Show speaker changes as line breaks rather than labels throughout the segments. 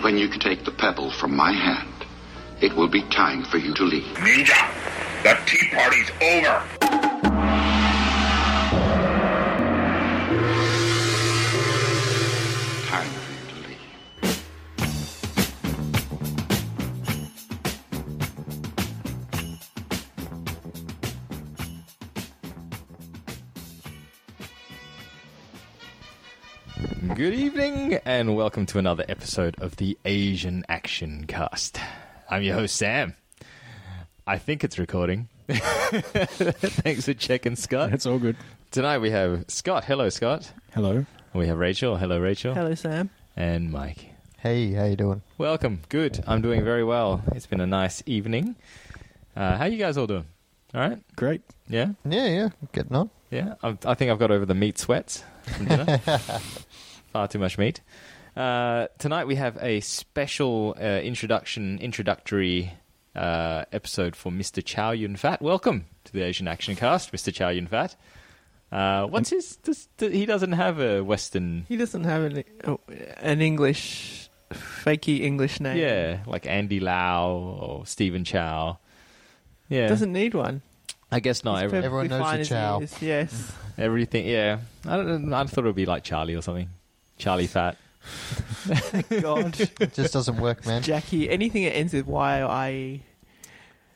when you take the pebble from my hand, it will be time for you to leave.
Ninja, the tea party's over.
Time for you to leave.
Good evening, and welcome to another episode of the Asian Action Cast. I'm your host, Sam. I think it's recording. Thanks for checking, Scott.
It's all good.
Tonight we have Scott. Hello, Scott.
Hello.
We have Rachel. Hello, Rachel.
Hello, Sam.
And Mike.
Hey, how you doing?
Welcome. Good. I'm doing very well. It's been a nice evening. Uh, how you guys all doing? All right.
Great.
Yeah.
Yeah, yeah, getting on.
Yeah, i I think I've got over the meat sweats from dinner. Far too much meat. Uh, tonight we have a special uh, introduction, introductory uh, episode for Mr. Chow Yun Fat. Welcome to the Asian Action Cast, Mr. Chow Yun Fat. Uh, what's his? Does, do- he doesn't have a Western,
He doesn't have an, oh, an English, fakey English name.
yeah, like Andy Lau or Stephen Chow. Yeah,
Doesn't need one.
I guess not.
He's
Every,
everyone
perfectly fine
knows
as
you,
he
Chow.
is, Yes.
everything, yeah. I don't. I thought it would be like Charlie or something. Charlie Fat.
God.
It just doesn't work, man.
Jackie, anything that ends with Y or IE.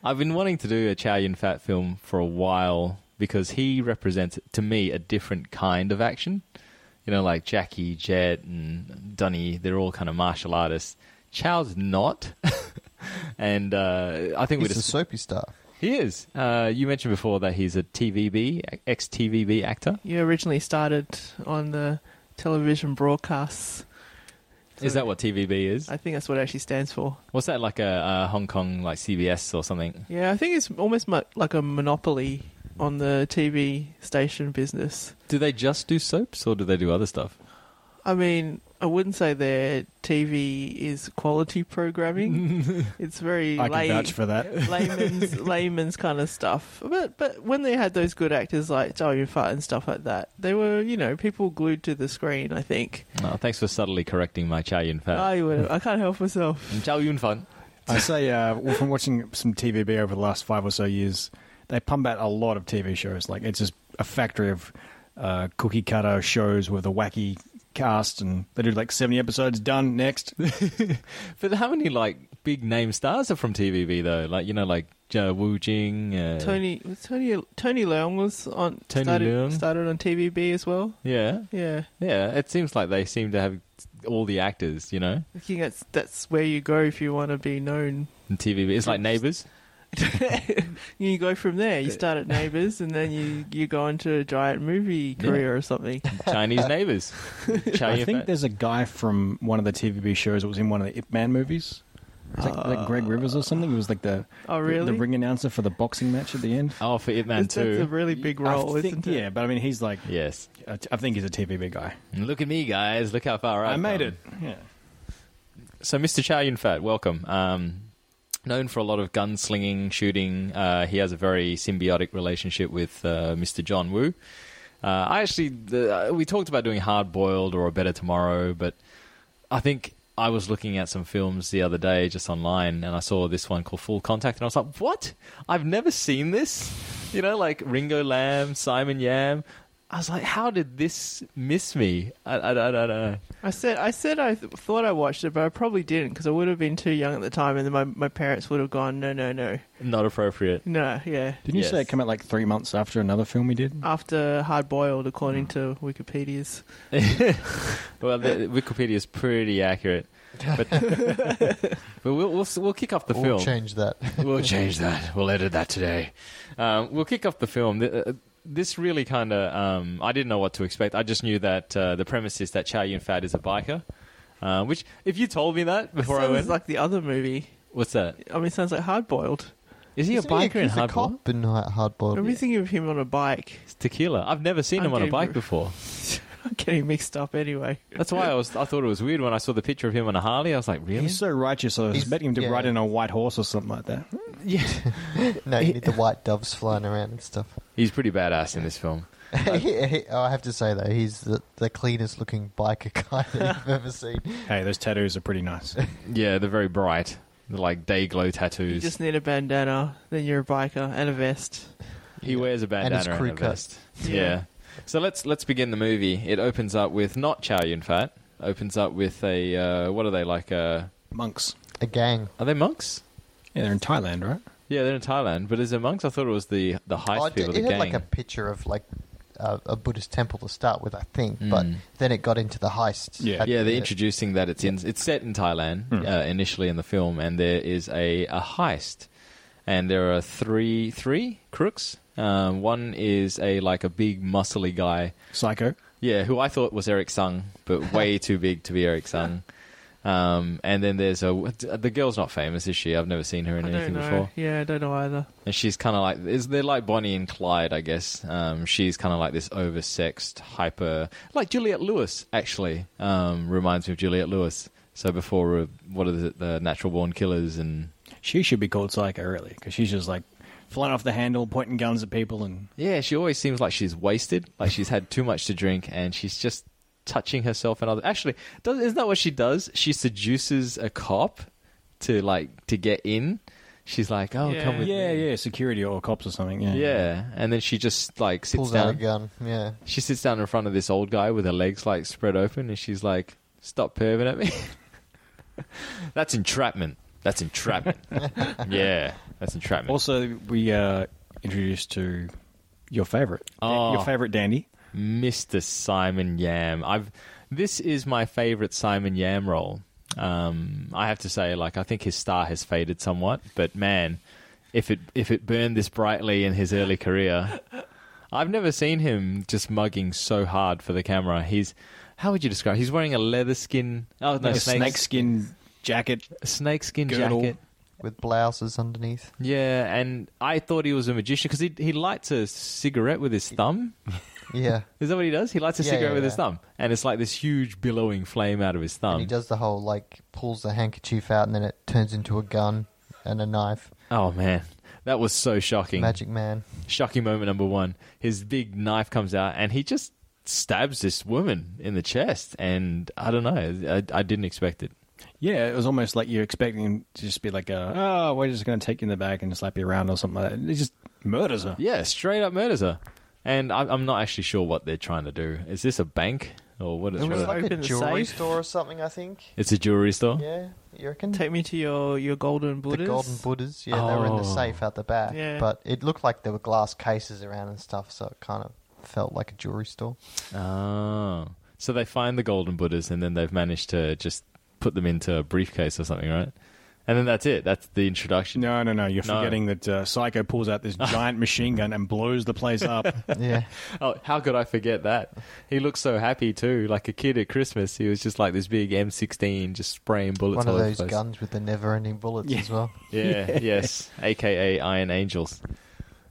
I've been wanting to do a Chow Yun Fat film for a while because he represents, to me, a different kind of action. You know, like Jackie, Jet, and Dunny, they're all kind of martial artists. Chow's not. and uh, I think we
He's a
just.
soapy star.
he is. Uh, you mentioned before that he's a TVB, ex TVB actor.
You originally started on the television broadcasts.
Is that what TVB is?
I think that's what it actually stands for.
What's that like a, a Hong Kong, like CBS or something?
Yeah, I think it's almost mu- like a monopoly on the TV station business.
Do they just do soaps or do they do other stuff?
I mean, I wouldn't say their TV is quality programming. it's very
I can
lay-
vouch for that.
layman's layman's kind of stuff. But but when they had those good actors like Chow Yun Fat and stuff like that, they were you know people glued to the screen. I think
Oh, thanks for subtly correcting my Chow Yun Fat.
I would I can't help myself.
Chow Yun Fun.
I say, uh, well, from watching some TVB over the last five or so years, they pump out a lot of TV shows. Like it's just a factory of uh, cookie cutter shows with a wacky cast, and they do like seventy episodes. Done. Next.
But how many like big name stars are from TVB though? Like you know, like uh, Wu Jing, uh,
Tony was Tony Tony Leung was on
Tony
started,
Leung.
started on TVB as well.
Yeah,
Yeah,
yeah. It seems like they seem to have all the actors. You know,
I think that's that's where you go if you want to be known.
in TVB. It's like Neighbours.
You go from there. You start at Neighbours, and then you you go into a giant movie
Yeah.
career or something.
Chinese neighbors.
I think there's a guy from one of the TVB shows that was in one of the Ip Man movies. It was like, like Greg Rivers or something. He was like the
Uh, Oh,
the-
really?
the ring announcer for the boxing match at the end.
oh for Ip Man
That's, that's a
too.
really big role,
I think,
isn't it?
Yeah, but I mean, he's like,
Yes.
I I think he's a TVB guy.
And look at me, guys. Look how far
I
I've
made
come.
it. Yeah.
So, Mr. Chow Yun Fat, welcome. Um, known for a lot of gunslinging, shooting, uh, he has a very symbiotic relationship with uh, Mr. John Woo. Uh, I actually, the, uh, we talked about doing Hard Boiled or A Better Tomorrow, but I think I was looking at some films the other day just online and I saw this one called Full Contact and I was like, what? I've never seen this. You know, like Ringo Lamb, Simon Yam. I was like, how did this miss me? I, I, I don't know.
I said I said I th- thought I watched it, but I probably didn't because I would have been too young at the time, and then my, my parents would have gone, no, no, no,
Not appropriate.
no, yeah.
Didn't you say
Yes.
it came out like three months after another film we did?
After hard boiled, according to Wikipedia's.
Well, the, Wikipedia is pretty accurate, but, but we'll, we'll we'll kick off the
We'll
film.
change that.
We'll change that. We'll edit that today. Um, we'll kick off the film. Th- uh, This really kind of um, I didn't know what to expect. I just knew that uh, the premise is that Chow Yun Fat is a biker. Uh, which, if you told me that before I
sounds
went,
like the other movie.
what's that?
I mean, it sounds like hard boiled.
Is he a
Isn't
biker in
he's a
hardball?
cop in hard
I'm
boiled.
thinking of him on a bike.
It's tequila. I've never seen him on a
Okay,
bike
bro.
before.
getting mixed up anyway.
That's why I was. I thought it was weird when I saw the picture of him on a Harley. I was like, really?
He's so righteous. I was
He's-
expecting him to
yeah.
ride in a white horse or something like that.
Yeah.
No, you need the white doves flying around and stuff.
He's pretty badass in this film.
He- he- oh, I have to say though, he's the, the cleanest looking biker guy that you've ever seen.
Hey, those tattoos are pretty nice.
Yeah, they're very bright, They're like day glow tattoos.
You just need a bandana, then you're a biker and a vest.
He wears a bandana
his
and,
crew
a
cut.
vest. Yeah. So let's let's begin the movie. It opens up with not Chow Yun Fat. Opens up with a uh, what are they like? Uh,
Monks.
A gang.
are they monks?
Yeah, they're in Thailand, right?
Yeah, they're in Thailand. But is it monks? I thought it was the the heist
Oh, it
people, the
it had
gang.
like a picture of like a, a Buddhist temple to start with, I think, but
Mm.
then it got into the heist.
Yeah.
at
yeah,
the
they're
end.
introducing that it's in it's set in Thailand
Hmm.
uh, initially in the film, and there is a, a heist, and there are three three crooks. Um, one is a like a big muscly guy,
Psycho.
yeah, who I thought was Eric Sung, but way too big to be Eric Sung. Um, and then there's a the girl's not famous, is she? I've never seen her in
I don't
anything
know.
before.
Yeah, I don't know either.
And she's kind of like, is they're like Bonnie and Clyde, I guess. Um, she's kind of like this oversexed, hyper, like Juliet Lewis. Actually, um, reminds me of Juliet Lewis. So before, uh, what is it, the Natural Born Killers, and
She should be called Psycho, really, because she's just like flying off the handle, pointing guns at people, and
yeah, she always seems like she's wasted, like she's had too much to drink, and she's just touching herself and other. Actually, does, isn't that what she does? She seduces a cop to like to get in. She's like, oh, come
Yeah.
with
yeah,
me.
yeah, security or cops or something. Yeah,
Yeah, and then she just like sits
pulls
down.
out a gun. Yeah.
She sits down in front of this old guy with her legs like spread open, and she's like, "Stop perving at me." that's entrapment. That's entrapment. yeah, that's entrapment.
Also, we uh, introduced to your favorite,
Oh.
your favorite dandy.
Mr. Simon Yam. I've this is my favorite Simon Yam role. Um, I have to say, like, I think his star has faded somewhat, but man, if it if it burned this brightly in his early career, I've never seen him just mugging so hard for the camera. He's how would you describe? He's wearing a leather skin, oh no,
Like a
snake,
snake skin jacket.
snake skin
girdle.
jacket.
With blouses underneath.
Yeah, and I thought he was a magician because he he lights a cigarette with his thumb.
Yeah.
Is that what he does? He lights a
Yeah,
cigarette
yeah,
with his
yeah.
thumb, and it's like this huge billowing flame out of his
and
thumb.
he does the whole like pulls the handkerchief out and then it turns into a gun and a knife.
Oh man, that was so shocking!
Magic man.
Shocking moment number one. His big knife comes out, and he just stabs this woman in the chest. And I don't know, I, I didn't expect it.
Yeah, it was almost like you're expecting him to just be like, uh, "Oh, we're just going to take you in the back and slap you around or something like that." And he just murders her.
Yeah, straight up murders her. And I, I'm not actually sure what they're trying to do. Is this a bank or what? Is
It was
what-
like-
Like a
Open the
jewelry
safe.
store or something, I think.
it's a jewelry store.
Yeah, you reckon?
Take me to your, your golden
the
Buddhas.
golden Buddhas, yeah, they were in the
Oh.
safe out the back.
Yeah.
But it looked like there were glass cases around and stuff, so it kind of felt like a jewelry store.
Oh, so they find the golden Buddhas, and then they've managed to just put them into a briefcase or something, right? And then that's it. That's the introduction.
No, no, no. You're
No.
forgetting that uh, Psycho pulls out this giant machine gun and blows the place up.
yeah.
Oh, how could I forget that? He looked so happy too, like a kid at Christmas. He was just like this big M16, just spraying bullets
One
all
of
over
those
the place.
guns with the never ending bullets as well.
Yeah, yes, aka Iron Angels.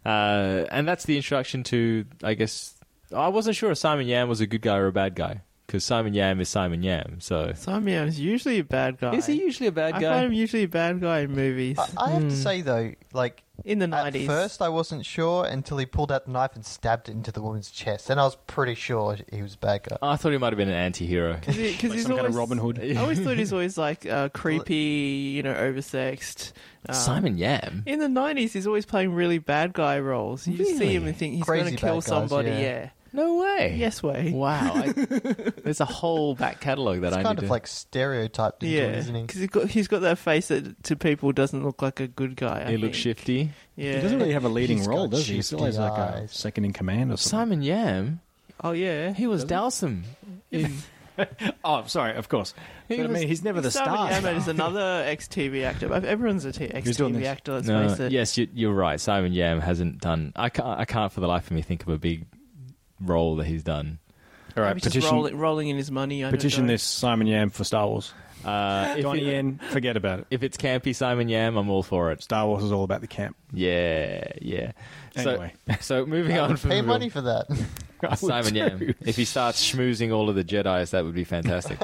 Uh, and that's the introduction to, I guess, I wasn't sure if Simon Yam was a good guy or a bad guy because Simon Yam is Simon Yam. So
Simon Yam's usually a bad guy.
is he usually a bad
I
guy?
find him usually a bad guy in movies.
I, I have
Hmm.
to say though, like
in the
at
90s.
first I wasn't sure until he pulled out the knife and stabbed it into the woman's chest. Then I was pretty sure he was a bad guy.
I thought he might have been an anti-hero.
Because
Like
he's
some
always,
kind of Robin Hood.
I always thought he's always like uh, creepy, you know, oversexed. Um,
Simon Yam.
In the 90s, he's always playing really bad guy roles. You just see
Really?
him and think he's
Crazy
going to kill
bad guys,
somebody,
yeah.
yeah.
No way.
Yes way.
Wow. I, there's a whole back catalogue that
It's
I
kind
need
of
to.
like stereotyped into it,
Yeah,
isn't he?
because he's got, he's got that face that to people doesn't look like a good guy. I
he looks
think.
shifty.
Yeah.
He doesn't really have a leading
He's
role,
got
does he? He's still
shifty
has like a
eyes.
second in command or something.
Simon Yam.
Oh yeah.
He was Dowsam. in-
Oh, sorry, of course.
He
but I
was-
mean, he's never the
Simon
star.
Yaman is another ex-TV actor. But Everyone's a t-
was doing
ex-TV
this.
actor. Let's
No,
face it.
yes, you, you're right. Simon Yam hasn't done. I can't. I can't for the life of me think of a big role that he's done.
All right,
Maybe just
petition,
rolling, rolling in his money. I don't
petition
know.
this Simon Yam for Star Wars.
Uh, if,
Donnie
it-
Yen, forget about it.
if it's campy Simon Yam, I'm all for it.
Star Wars is all about the camp.
Yeah, yeah. So,
Anyway.
so moving on from
Pay
the
money
film.
for that.
I would
Simon
do.
Yam. If he starts schmoozing all of the Jedi's, that would be fantastic.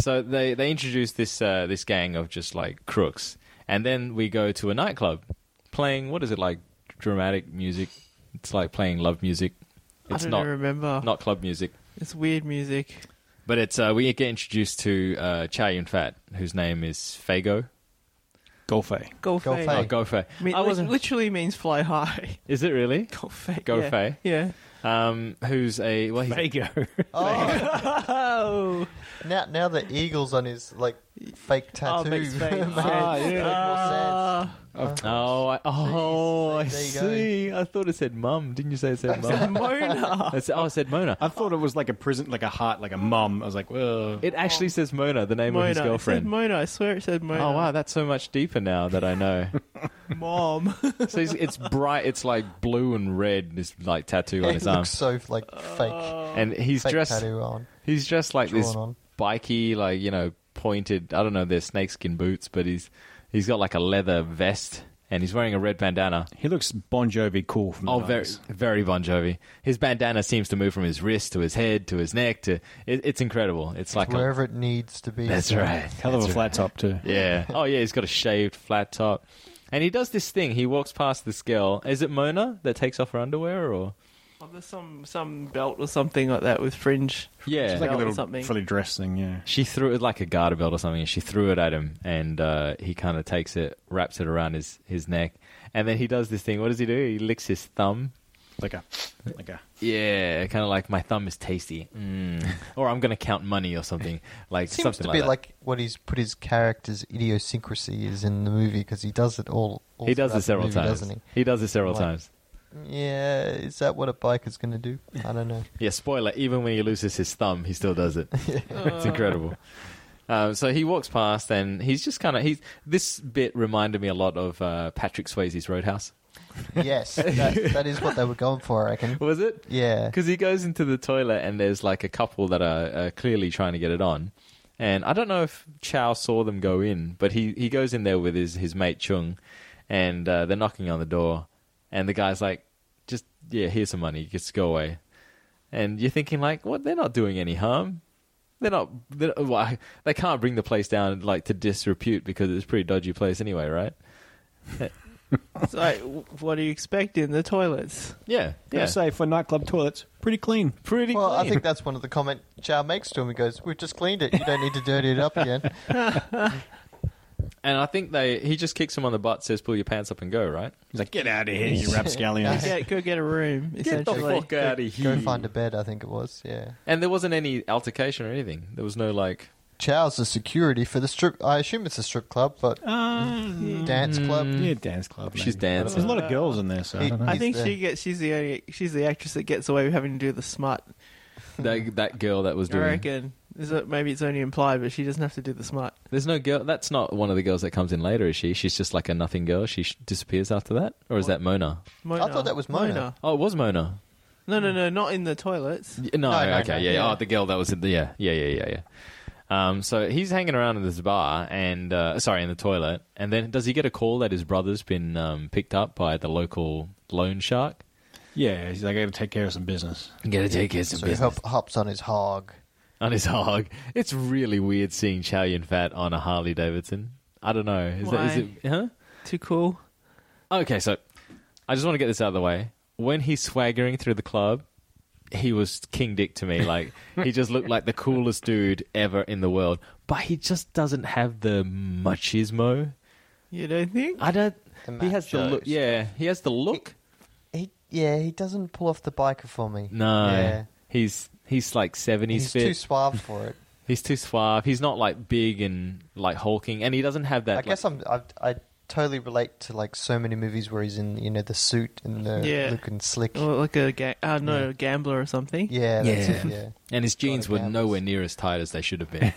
so they they introduce this uh, this gang of just like crooks, and then we go to a nightclub playing what is it like dramatic music? It's like playing love music.
I
It's
don't
not
remember.
not club music,
It's weird music.
but it's uh, we get introduced to uh, Chow Yun Fat, whose name is Fago.
Golfay.
Go
Go
Fey.
Fey.
Oh, Go Fei.
I mean,
I
li-
wasn't.
literally means fly high.
Is it really?
Go Fey.
Go
yeah.
Fey.
Yeah.
Um, who's a well? He's,
Fago.
Oh,
Oh.
now now the eagle's on his like fake tattoo
Oh, makes fake sense.
Uh,
more sense.
Ah.
Oh, I, oh, I
There you go.
see. I thought it said mum. Didn't you say it said mum?
Mona.
It's- oh, it said Mona.
I thought it was like a prison, like a heart, like a mum. I was like, well,
It actually says Mona, the name
Mona.
of his
It said
girlfriend.
Mona. I swear it said Mona.
Oh wow, that's so much deeper now that I know.
Mom.
so it's, it's bright. It's like blue and red. This like tattoo on
It
his arm,
looks so like
Uh,
fake,
and he's
fake
dressed.
tattoo on.
He's dressed like this
Drawn on.
biky, like you know, pointed. I don't know. They're snakeskin boots, but he's he's got like a leather vest, and he's wearing a red bandana.
he looks Bon Jovi cool from
Oh,
the
very,
90s.
very Bon Jovi. His bandana seems to move from his wrist to his head to his neck to. It, it's incredible. It's like a,
Wherever it needs to be.
that's right.
Hell of a
That's
flat top too.
right. Yeah. Oh yeah. He's got a shaved flat top, and he does this thing. He walks past this girl. Is it Mona that takes off her underwear or?
Oh, there's some some belt or something like that with fringe.
Yeah.
It's like a
Belt or
little
something.
fully dressed thing. Yeah.
she threw it like a garter belt or something, and she threw it at him, and uh, he kind of takes it, wraps it around his, his neck, and then he does this thing. What does he do? He licks his thumb.
Like a, like a.
Yeah, kind of like my thumb is tasty, mm. or I'm gonna count money or something like
Seems
something
to
like
be
that.
like what he's put his character's idiosyncrasy is in the movie because he does it all. all
he does
throughout
this
the
several
movie,
times.
doesn't
does this several
Like-
times.
he? Yeah, is that what a biker's going to do? I don't know.
Yeah, spoiler. Even when he loses his thumb, he still does it. it's incredible. Um, so he walks past, and he's just kind of he's. This bit reminded me a lot of uh, Patrick Swayze's Roadhouse.
yes, that, that is what they were going for, I reckon.
Was it?
Yeah,
Because he goes into the toilet and there's like a couple that are uh, clearly trying to get it on. And I don't know if Chow saw them go in, but he, he goes in there with his, his mate Chung and uh, they're knocking on the door. And the guy's like, just, yeah, here's some money. Just go away. And you're thinking, like, what? They're not doing any harm. They're not, they're, well, I- they can't bring the place down like to disrepute because it's a pretty dodgy place anyway, right?
It's like, w- what do you expect in the toilets?
Yeah.
Gotta
Yeah.
say for nightclub toilets, pretty clean.
pretty
Well, I
clean.
think that's one of the comment Chow makes to him. He goes, "We've just cleaned it. You don't need to dirty it up again."
and I think they, he just kicks him on the butt, says, pull your pants up and go, right?
He's like, get out of here, you rapscallions.
Yeah, go get a room.
Get the
Essentially,
fuck out of here.
Go find a bed. I think it was. Yeah,
And there wasn't any altercation or anything. There was no like.
Chow's the security for the strip. I assume it's a strip club, but Mm.
Uh,
dance club.
Mm.
yeah, dance club.
She's
maybe.
dancing.
There's a lot of girls in there, so I
He-
don't know.
I
He's
think
the-
she gets. She's the only. She's the actress that gets away with having to do the smut.
That, that girl that was
I
doing.
reckon. Is it, maybe it's only implied, but she doesn't have to do the smut.
There's no girl. That's not one of the girls that comes in later, is she? She's just like a nothing girl. She sh- disappears after that, or is that Mona?
Mona.
thought that was Mona.
Oh, it was Mona.
No, no, no, not in the toilets.
Y- No,
No, no,
okay,
no,
yeah, yeah.
yeah.
Oh, the girl that was in the yeah, yeah, yeah, yeah, yeah. Um, so he's hanging around in this bar and uh, sorry, in the toilet, and then does he get a call that his brother's been um, picked up by the local loan shark?
Yeah, he's like, I gotta take care of some business.
Gotta take his
So he hop, hops on his hog.
on his hog. It's really weird seeing Chow Yun Fat on a Harley Davidson. I don't know. Is that is
Why?
it? Huh?
Too cool.
Okay, so I just want to get this out of the way. When he's swaggering through the club, he was King Dick to me. Like he just looked like the coolest dude ever in the world. But he just doesn't have the machismo.
You don't think?
I don't.
The
He has the
machos.
look. Yeah, he has the look.
He, yeah, he doesn't pull off the biker for me.
No,
yeah.
he's he's like seventies
he's
fit.
too suave for it.
he's too suave. He's not like big and like hulking, and he doesn't have that.
I guess I'm. I, I totally relate to like so many movies where he's in you know the suit and the
Yeah.
looking slick.
Or like a ga- uh, no a gambler or something.
Yeah, that's
Yeah.
it, yeah.
And his jeans were
Gotta gamble.
nowhere near as tight as they should have been.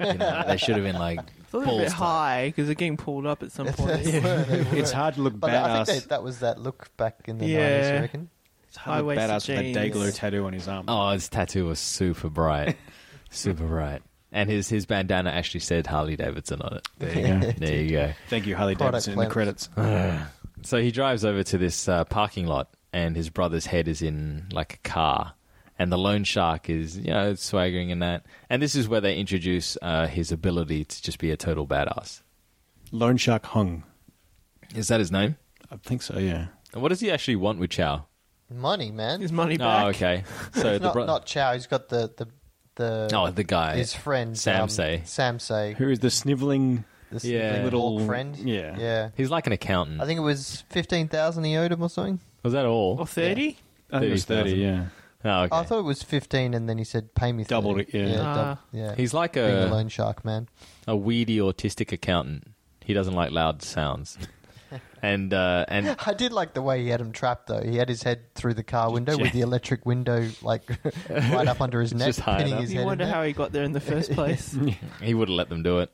You know, they should have been like
It's a little
balls
bit
tight.
high because they're getting pulled up at some point.
They were, they were.
It's hard to look
But I think
badass.
they, that was that look back in the
Yeah.
90s, I reckon.
It's
Hard to look
high-waisted
badass with that
jeans.
Dayglow tattoo on his arm.
Oh, his tattoo was super bright, super bright, and his his bandana actually said Harley Davidson on it.
There you go.
There you go.
Thank you, Harley
Product
Davidson, in the
placement.
credits.
So he drives over to this uh, parking lot, and his brother's head is in like a car, and the loan shark is you know swaggering in that. And this is where they introduce uh, his ability to just be a total badass.
Lone Shark Hung.
Is that his name?
I think so, yeah.
And what does he actually want with Chow?
Money, man.
His money back.
Oh, okay. So the
not,
bro-
not Chow. He's got the the the
oh, the guy,
his friend um,
Samsei.
Samsei.
Who is the sniveling?
This
Yeah.
big
Little-
little friend.
yeah.
Yeah.
He's like an accountant.
I think it was fifteen thousand he owed him or something.
Was that all?
Or 30?
I think it was 30,
30,000.
yeah.
Oh, okay.
I thought it was fifteen, and then he said, "Pay me." 30.
Doubled it, yeah.
Yeah,
Ah.
double- yeah.
He's like
being
a
a loan shark, man.
a weedy autistic accountant. He doesn't like loud sounds. and uh, and
I did like the way he had him trapped, though. He had his head through the car window with the electric window like right up under his neck,
Just high
pinning
enough.
his
You
head.
wonder
in there.
how he got there in the first place.
he wouldn't let them do it.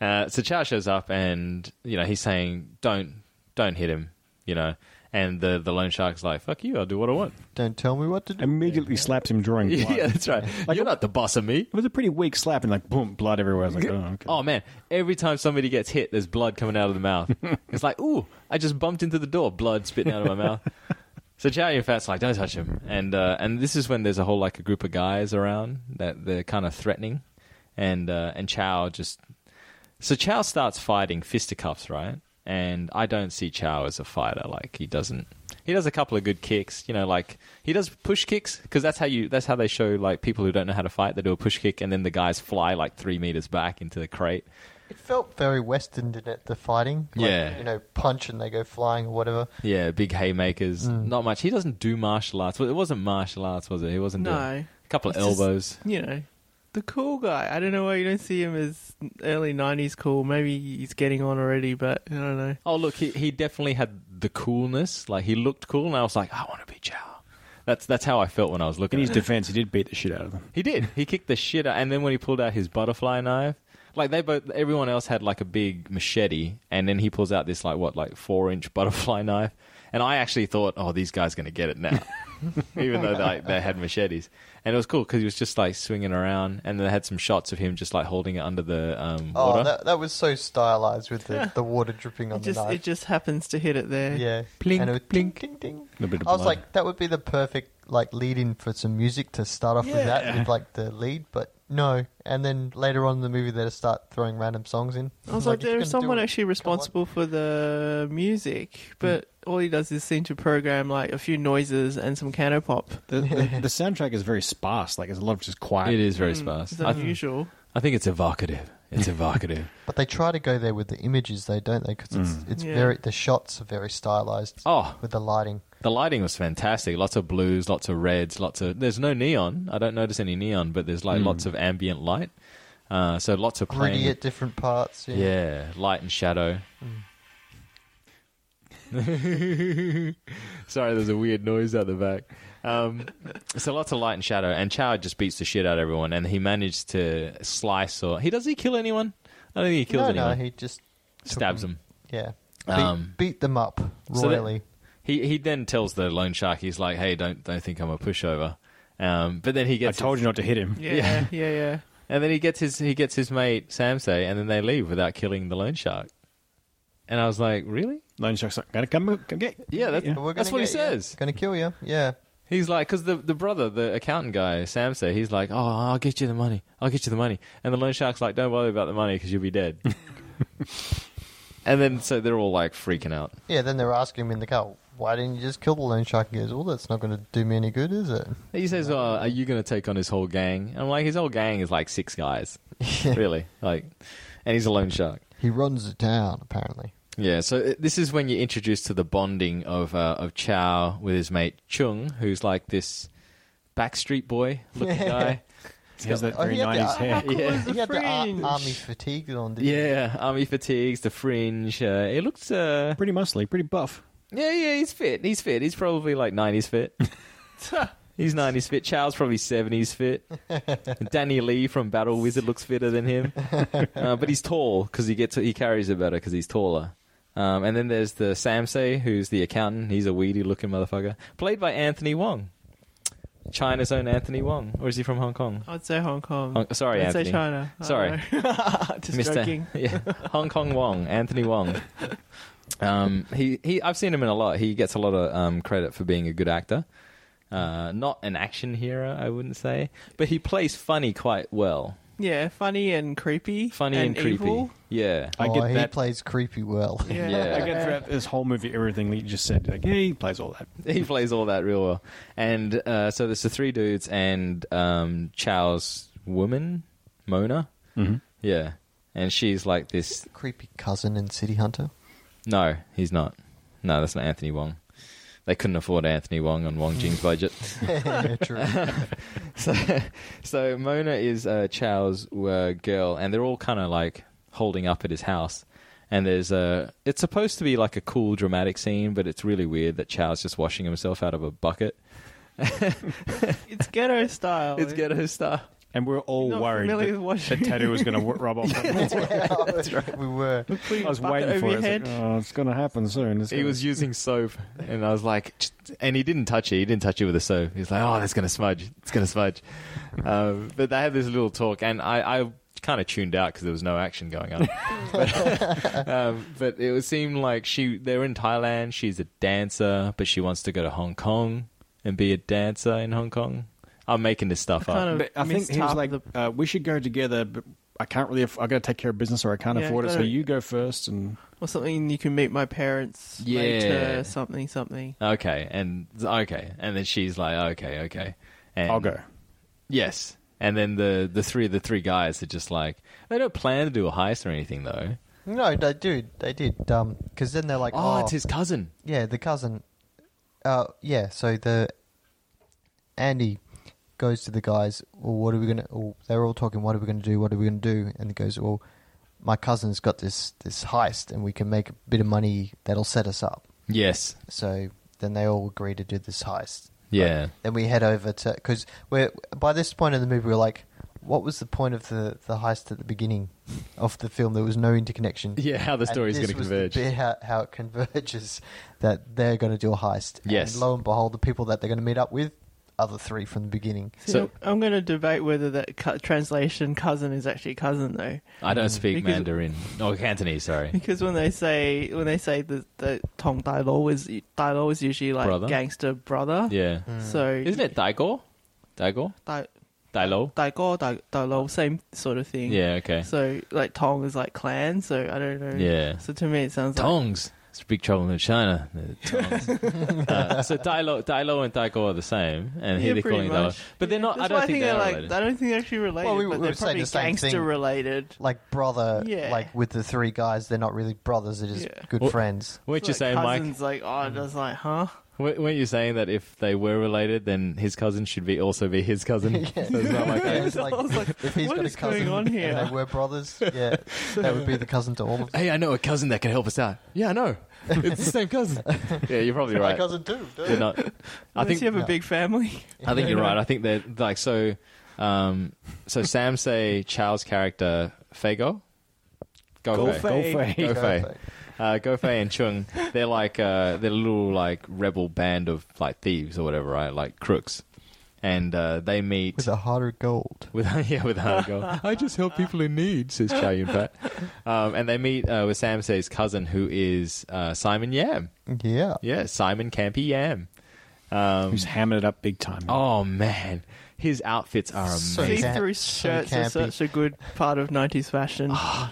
Uh, so Chow shows up, and you know he's saying, "Don't, don't hit him," you know. And the the loan shark's like, "Fuck you! I'll do what I want."
Don't tell me what to do.
Immediately slaps him drawing blood.
yeah, that's right. You're not the boss of me.
It was a pretty weak slap and like boom, blood everywhere. I was like, oh, okay.
Oh man! Every time somebody gets hit, there's blood coming out of the mouth. it's like, ooh, I just bumped into the door, blood spitting out of my mouth. So Chow Yun Fat's like, don't touch him, and uh, and this is when there's a whole like a group of guys around that they're kind of threatening, and uh, and Chow just so Chow starts fighting fisticuffs, right? And I don't see Chow as a fighter. Like he doesn't. He does a couple of good kicks, you know, like he does push kicks because that's how you that's how they show like people who don't know how to fight. They do a push kick and then the guys fly like three meters back into the crate.
It felt very Western, didn't it? The fighting, Like,
Yeah.
You know, punch and they go flying or whatever.
Yeah, big haymakers. Not much. He doesn't do martial arts. Well, it wasn't martial arts, was it? He wasn't doing
No.
a couple of
It's just-
elbows.
you know, the cool guy. I don't know why you don't see him as early 90s cool. Maybe he's getting on already, but I don't know.
Oh look, he, he definitely had the coolness. Like he looked cool, and I was like, I want to be Chow. That's that's how I felt when I was
In
looking.
his
at him.
defense, he did beat the shit out of them.
He did. He kicked the shit out, and then when he pulled out his butterfly knife, like they both, everyone else had like a big machete, and then he pulls out this like what, like four inch butterfly knife, and I actually thought, oh, these guys gonna get it now, even though like they had machetes, and it was cool because he was just like swinging around, and they had some shots of him just like holding it under the um, water.
Oh, that, that was so stylized with the, the water dripping on
It just
the knife.
it just happens to hit it there.
Yeah.
Blink,
and it would
blink.
ding, ding,
A
ding.
bit of
I was
blood.
like, that would be the perfect like lead in for some music to start off with that, with like the lead, but no. And then later on in the movie, they just start throwing random songs in.
I was
I'm
like,
"If you're
there's
gonna do
someone
it,
actually
come on." Hmm.
responsible for the music, but all he does is seem to program like a few noises and some canopop.
The, the, the soundtrack is very sparse. Like, there's a lot of just quiet.
it is very
It's
sparse. I, th-
Mm, unusual.
I think it's evocative. It's evocative.
But they try to go there with the images, though, don't they? Because it's, it's
Yeah.
very the shots are very stylized.
Oh.
with the lighting.
The lighting was fantastic. Lots of blues, lots of reds, lots of. There's no neon. I don't notice any neon, but there's like
Hmm.
lots of ambient light. Uh, so lots of playing.
Gritty at different parts. Yeah. Hmm.
yeah, light and shadow. Sorry, there's a weird noise out the back. Um, so lots of light and shadow, and Chow just beats the shit out of everyone, and he managed to slice or he does he kill anyone? I don't think he kills
no, no,
anyone.
he just took
Stabs
them.
them.
Yeah, beat,
Um,
beat them up
So that-
royally.
He he then tells the loan shark, he's like, "Hey, don't don't think I'm a pushover." Um, but then he
I
gets
told you not to hit him.
Yeah, yeah, yeah.
And then he gets his he gets his mate Samsei, and then they leave without killing the loan shark. And I was like, really?
Lone Shark's like, gotta come, come get
Yeah, that's,
Yeah.
But we're
that's
gonna
what he
get you.
says.
Gonna kill you. Yeah.
He's like, because the the brother, the accountant guy, Samsei, he's like, oh, I'll get you the money, I'll get you the money. And the loan shark's like, don't worry about the money because you'll be dead. and then so they're all like freaking out.
Yeah, then they're asking him in the car, why didn't you just kill the loan shark? He goes, well, that's not going to do me any good, is it?
He says, oh, "Are you going to take on his whole gang?" And I'm like, "His whole gang is like six guys, really." Like, and he's a loan shark.
He runs the town, apparently.
Yeah. So uh, this is when you're introduced to the bonding of uh, of Chow with his mate Chung, who's like this backstreet boy looking guy.
He has that
Oh,
very
he had the-
90s hair.
Yeah. uh,
he had the ar-
fringe.
army fatigue on, didn't he?
Yeah, army fatigues, the fringe. Uh, it looks, uh,
Pretty muscly, pretty buff.
yeah, yeah, he's fit. He's fit. He's probably like '90s fit. he's '90s fit. Chow's probably '70s fit. Danny Lee from Battle Wizard looks fitter than him, uh, but he's tall because he gets he carries it better because he's taller. Um, and then there's the Samsei, who's the accountant. He's a weedy looking motherfucker, played by Anthony Wong, China's own Anthony Wong, or is he from Hong Kong?
I'd say Hong Kong.
Hong- sorry,
I'd
Anthony.
say China. I
Sorry.
don't know. Just joking.
Yeah. Hong Kong Wong, Anthony Wong. Um, he, he, I've seen him in a lot. He gets a lot of um, credit for being a good actor. Uh, not an action hero, I wouldn't say, but he plays funny quite well.
Yeah, funny and creepy.
Funny and,
and,
creepy.
Evil.
Yeah.
I
oh,
get
he
that.
plays creepy well.
Yeah.
Yeah.
I get throughout this whole movie everything that you just said. Like, yeah, he plays all that.
he plays all that real well. And uh, so there's the three dudes and um, Chow's woman, Mona. Mm-hmm. Yeah. And she's like this.
creepy cousin in City Hunter.
No, he's not. No, that's not Anthony Wong. They couldn't afford Anthony Wong on Wong Jing's budget.
yeah, true.
so, so Mona is uh, Chow's uh, girl, and they're all kind of like holding up at his house. And there's a. It's supposed to be like a cool dramatic scene, but it's really weird that Chow's just washing himself out of a bucket.
It's ghetto style.
It's ghetto stuff.
And we're all
Not
worried
familiar with
that the
watching-
tattoo was going to rub off.
We were.
I was waiting for it. It's, like, oh, it's going to happen soon. It's
He
gonna-
was using soap, and I was like, "Tch," and he didn't touch it. He didn't touch it with a soap. He was like, "Oh, that's gonna smudge. It's gonna smudge." Um, but they had this little talk, and I, I kind of tuned out because there was no action going on. but, um, but it would seem like she they're in Thailand. She's a dancer, but she wants to go to Hong Kong and be a dancer in Hong Kong. I'm making this stuff up.
Kind of
But I think he was
mistap
like,
the-
uh, "We should go together, but I can't really. Aff- I got to take care of business, or I can't
Yeah,
afford it. So
gotta-
you go first, and
or something you can meet my parents
Yeah.
later. Something, something.
Okay, and okay, and then she's like, "Okay, okay." And
I'll go."
Yes. And then the the three the three guys are just like they don't plan to do a heist or anything though.
No, they did. They did. Um, because then they're like,
Oh,
oh,
it's his cousin.
yeah, the cousin. Uh, yeah. So the Andy goes to the guys. Well, what are we gonna? Well, they're all talking. What are we gonna do? What are we gonna do? And he goes, well, my cousin's got this this heist, and we can make a bit of money that'll set us up.
Yes.
So then they all agree to do this heist.
Yeah.
Then we head over to because we're by this point in the movie we're like, what was the point of the the heist at the beginning of the film? There was no interconnection.
Yeah, how the
And
story's
this
gonna
was the
converge.
bit how, how it converges that they're going to do a heist.
Yes.
And lo and behold, the people that they're going to meet up with are the three from the beginning.
So-
So I'm going to debate whether that cu- translation cousin is actually cousin though,
I don't speak
Because-
Mandarin. Oh, Cantonese, sorry.
because when they say when they say that the Tong Dai Lo is Dai Lo is usually like
Brother?
gangster brother.
Yeah.
So
Isn't it Daigo? Daigo?
Dai
Dailo?
Dai Go Dai Dai Lo same sort of thing?
Yeah, okay.
So like Tong is like clan. So I don't know.
Yeah.
So to me it sounds like
Tongs. It's a big trouble in China. The tongs. uh, so Dailo, Dailo and Daigo are the same, and here
Yeah,
they're
pretty
calling Dailo.
much.
But they're not.
That's
I don't
why
think,
they're,
they are
like.
related.
I don't think they're actually related.
Well, we
but
would
they're
say the
probably
same
gangster
thing.
related.
Like brother,
Yeah.
like with the three guys, they're not really brothers. They're just
Yeah.
good
Well-
friends.
Weren't you
It's like
saying, Mike?
cousins, like oh, that's like huh?
W- Weren't you saying that if they were related, then his cousin should be also be his cousin?
Yeah.
So it's not like
Yeah,
that.
it's like,
I was like,
if he's
what
got
is
a
going
cousin
on here?
and they were brothers, yeah, that would be the cousin to all of them.
Hey, I know a cousin that can help us out. Yeah, I know. It's the same cousin. yeah, you're probably
My
right.
cousin too. duh.
They're not. I
Unless
think
you have a
no.
big family.
I think you're right. I think they're like so. Um, so Sam say Chow's character Fago,
Go
Gofei,
Fei.
Gofei,
Go
Gofei.
Fei.
Uh, Gofei and Chung. They're like uh, they're a little like rebel band of like thieves or whatever, right? Like crooks, and uh, they meet
With a heart of gold.
With yeah, with hard gold. I just help people in need, says Chow Yun Fat. Um, and they meet uh, with Sam Say's cousin, who is uh, Simon Yam.
Yeah.
Yeah, Simon Campy Yam. Um,
Who's hamming it up big time?
oh man, his outfits are
So
amazing.
camp-
See-through
so
shirts are
campy.
such a good part of '90s fashion.
Oh,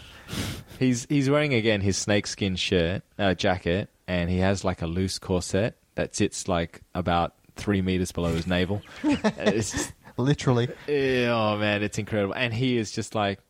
He's he's wearing again his snakeskin shirt uh, jacket, and he has like a loose corset that sits like about three meters below his navel. it's just
Literally.
Eh, Oh man, it's incredible. And he is just like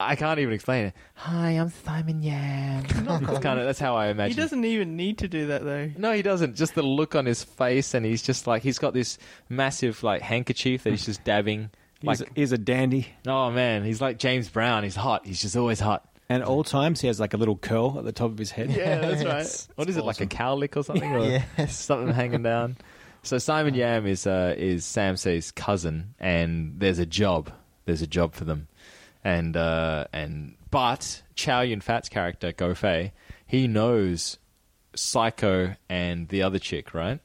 I can't even explain it. Hi, I'm Simon Yam. that's kind of that's how I imagine.
he doesn't even need to do that though.
No, he doesn't. Just the look on his face, and he's just like he's got this massive like handkerchief that he's just dabbing. Like,
he's, a, he's a dandy.
oh man, he's like James Brown. He's hot. He's just always hot.
And at all times, he has like a little curl at the top of his head.
Yeah, that's right. What is it like a cowlick or something? Or
Yes.
something hanging down. So Simon Yam is uh, is Sam Say's cousin, and there's a job. There's a job for them, and uh, and but Chow Yun Fat's character Go Fei, he knows Psycho and the other chick, right?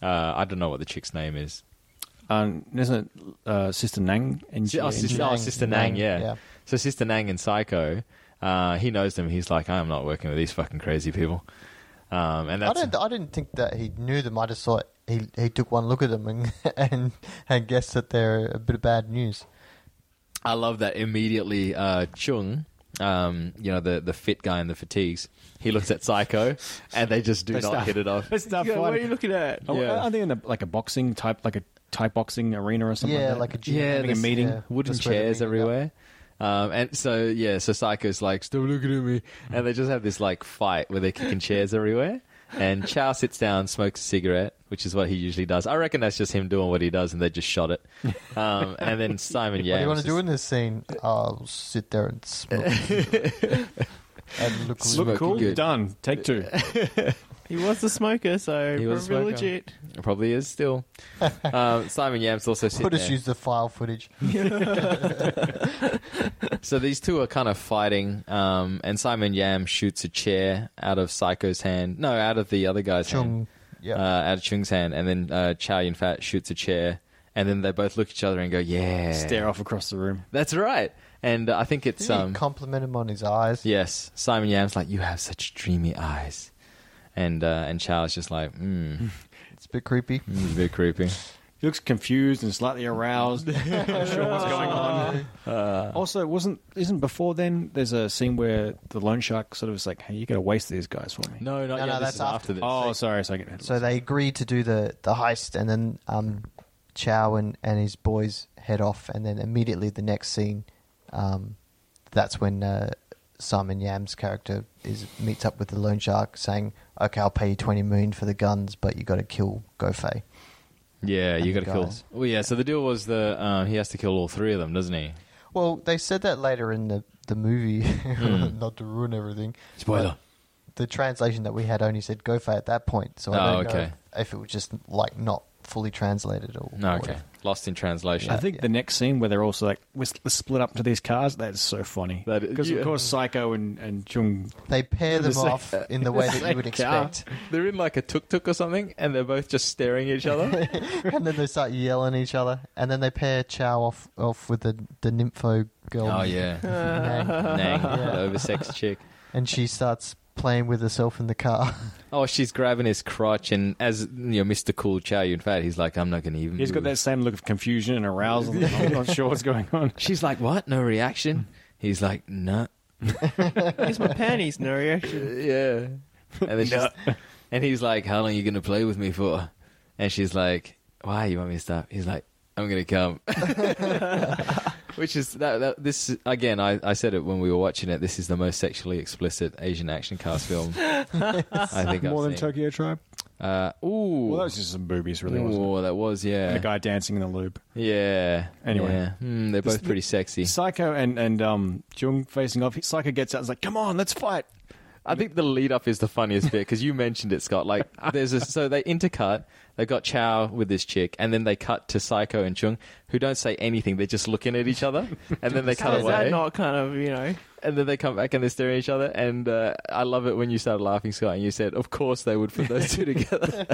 Uh, I don't know what the chick's name is.
Um, isn't it uh, Sister Nang? And
Si- Oh, sister, oh,
Nang.
sister Nang,
Nang,
yeah.
yeah.
So sister Nang and Psycho Uh, he knows them. He's like, I'm not working with these fucking crazy people. Um, and
I
that's
don't. I didn't think that he knew them. I just thought he he took one look at them and and, and guessed that they're a bit of bad news.
I love that immediately. Uh, Chung, um, you know the the fit guy in the fatigues, he looks at Psycho, and they just do
They
not
start-
hit it off.
They start
Yeah, what are
fighting.
you looking at?
Oh,
Yeah.
Are they in a, like a boxing type, like a Thai boxing arena or something?
Yeah,
like,
like a
that?
gym.
Yeah,
having a
this-
meeting.
yeah,
wooden
that's where they're
chairs
meeting up.
everywhere. Um, and so yeah, so Psycho's like, stop looking at me, and they just have this like fight where they're kicking chairs everywhere. And Chow sits down, smokes a cigarette, which is what he usually does. I reckon that's just him doing what he does, and they just shot it. Um, and then Simon, yeah,
what do you want to do in this scene? I'll sit there and smoke and look.
Smoke.
look
Smoking
Look cool.
good.
Done. Take two.
He was a smoker, so
He was a
probably
smoker.
legit.
probably is still. Um, Simon Yam's also sitting
Could
there.
just use the file footage.
So these two are kind of fighting, um, and Simon Yam shoots a chair out of Psycho's hand. No, out of the other guy's hand.
Chung, yeah.
Uh, out of Chung's hand, and then uh, Chow Yun Fat shoots a chair, and then they both look at each other and go, "Yeah,
Stare off across the room.
that's right." And uh, I think it's
he
um,
compliment him on his eyes.
yes, Simon Yam's like, "You have such dreamy eyes," and uh, and Chow's just like, "Hmm,
It's a bit creepy.
mm, a bit creepy."
He looks confused and slightly aroused. Not sure what's going on. also, wasn't isn't before then? There's a scene where the loan shark sort of is like, "Hey, you got to waste these guys for me."
No, not
No,
yet.
no,
this
that's
is after,
after.
this.
Oh, sorry. So I get
So they agree to do the, the heist, and then um, Chow and, and his boys head off, and then immediately the next scene, um, that's when uh, Simon Yam's character is meets up with the loan shark, saying, "Okay, I'll pay you twenty million for the guns, but you got to kill Gofei."
yeah, you
the
got to kill.
guys.
Well, yeah. So the deal was the uh, he has to kill all three of them, doesn't he?
Well, they said that later in the the movie, not to ruin everything.
Spoiler.
but The translation that we had only said Gofei at that point, so I
Oh,
don't know
okay.
if, if it was just like not fully translated or
No,
or
okay. Lost in translation.
I think the next scene where they're also like, "We're s- let's split up to these cars." That's so funny.
That is-
Because
yeah.
of course, Psycho and and Chung.
They pair them
same-
off in the way that you would
same car.
expect.
They're in like a tuk tuk or something, and they're both just staring at each other.
and then they start yelling at each other. And then they pair Chow off, off with the, the nympho girl.
oh yeah,
Nang.
Nang,
Yeah.
the oversexed chick.
And she starts playing with herself in the car.
Oh, she's grabbing his crotch, and as you know, Mr. Cool Chow Yun Fat, he's like, "I'm not going to even."
He's got
move."
that same look of confusion and arousal. I'm not sure what's going on.
She's like, "What? No reaction?" He's like, "No."
Here's my panties, no reaction.
Yeah. And then she's, and he's like, "How long are you going to play with me for?" And she's like, "Why you want me to stop?" He's like, "I'm going to come." Which is that, that this again? I, I said it when we were watching it. This is the most sexually explicit Asian action cast film. I think I've seen.
Tokyo Tribe.
Uh, ooh,
Well, that was just some boobies, really. Wasn't it?
ooh, that was yeah,
The guy dancing in the lube.
yeah.
Anyway.
yeah. Hmm, they're
This-
both pretty sexy.
Psycho and and um Jung facing off. Psycho gets out and is like, "Come on, let's fight."
I think the lead up is the funniest bit because you mentioned it, Scott. Like, there's a so they intercut. They got Chow with this chick, and then they cut to Psycho and Chung, who don't say anything. They're just looking at each other, and then they
How
cut
is that
away,
not kind of, you know?
and then they come back and they're staring at each other. And uh, I love it when you started laughing, Scott, and you said, "Of course they would put those two together."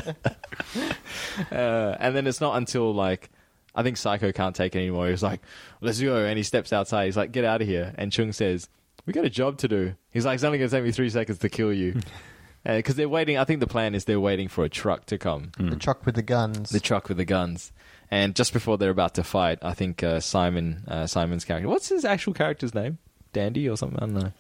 uh, and then it's not until like. I think Psycho can't take it anymore. He's like, let's go. And he steps outside. He's like, get out of here. And Chung says, we got a job to do. He's like, it's only going to take me three seconds to kill you. Because they're waiting. I think the plan is they're waiting for a truck to come,
The truck with the guns.
the truck with the guns. And just before they're about to fight, I think uh, Simon, uh, Simon's character, what's his actual character's name? Dandy or something? I don't know.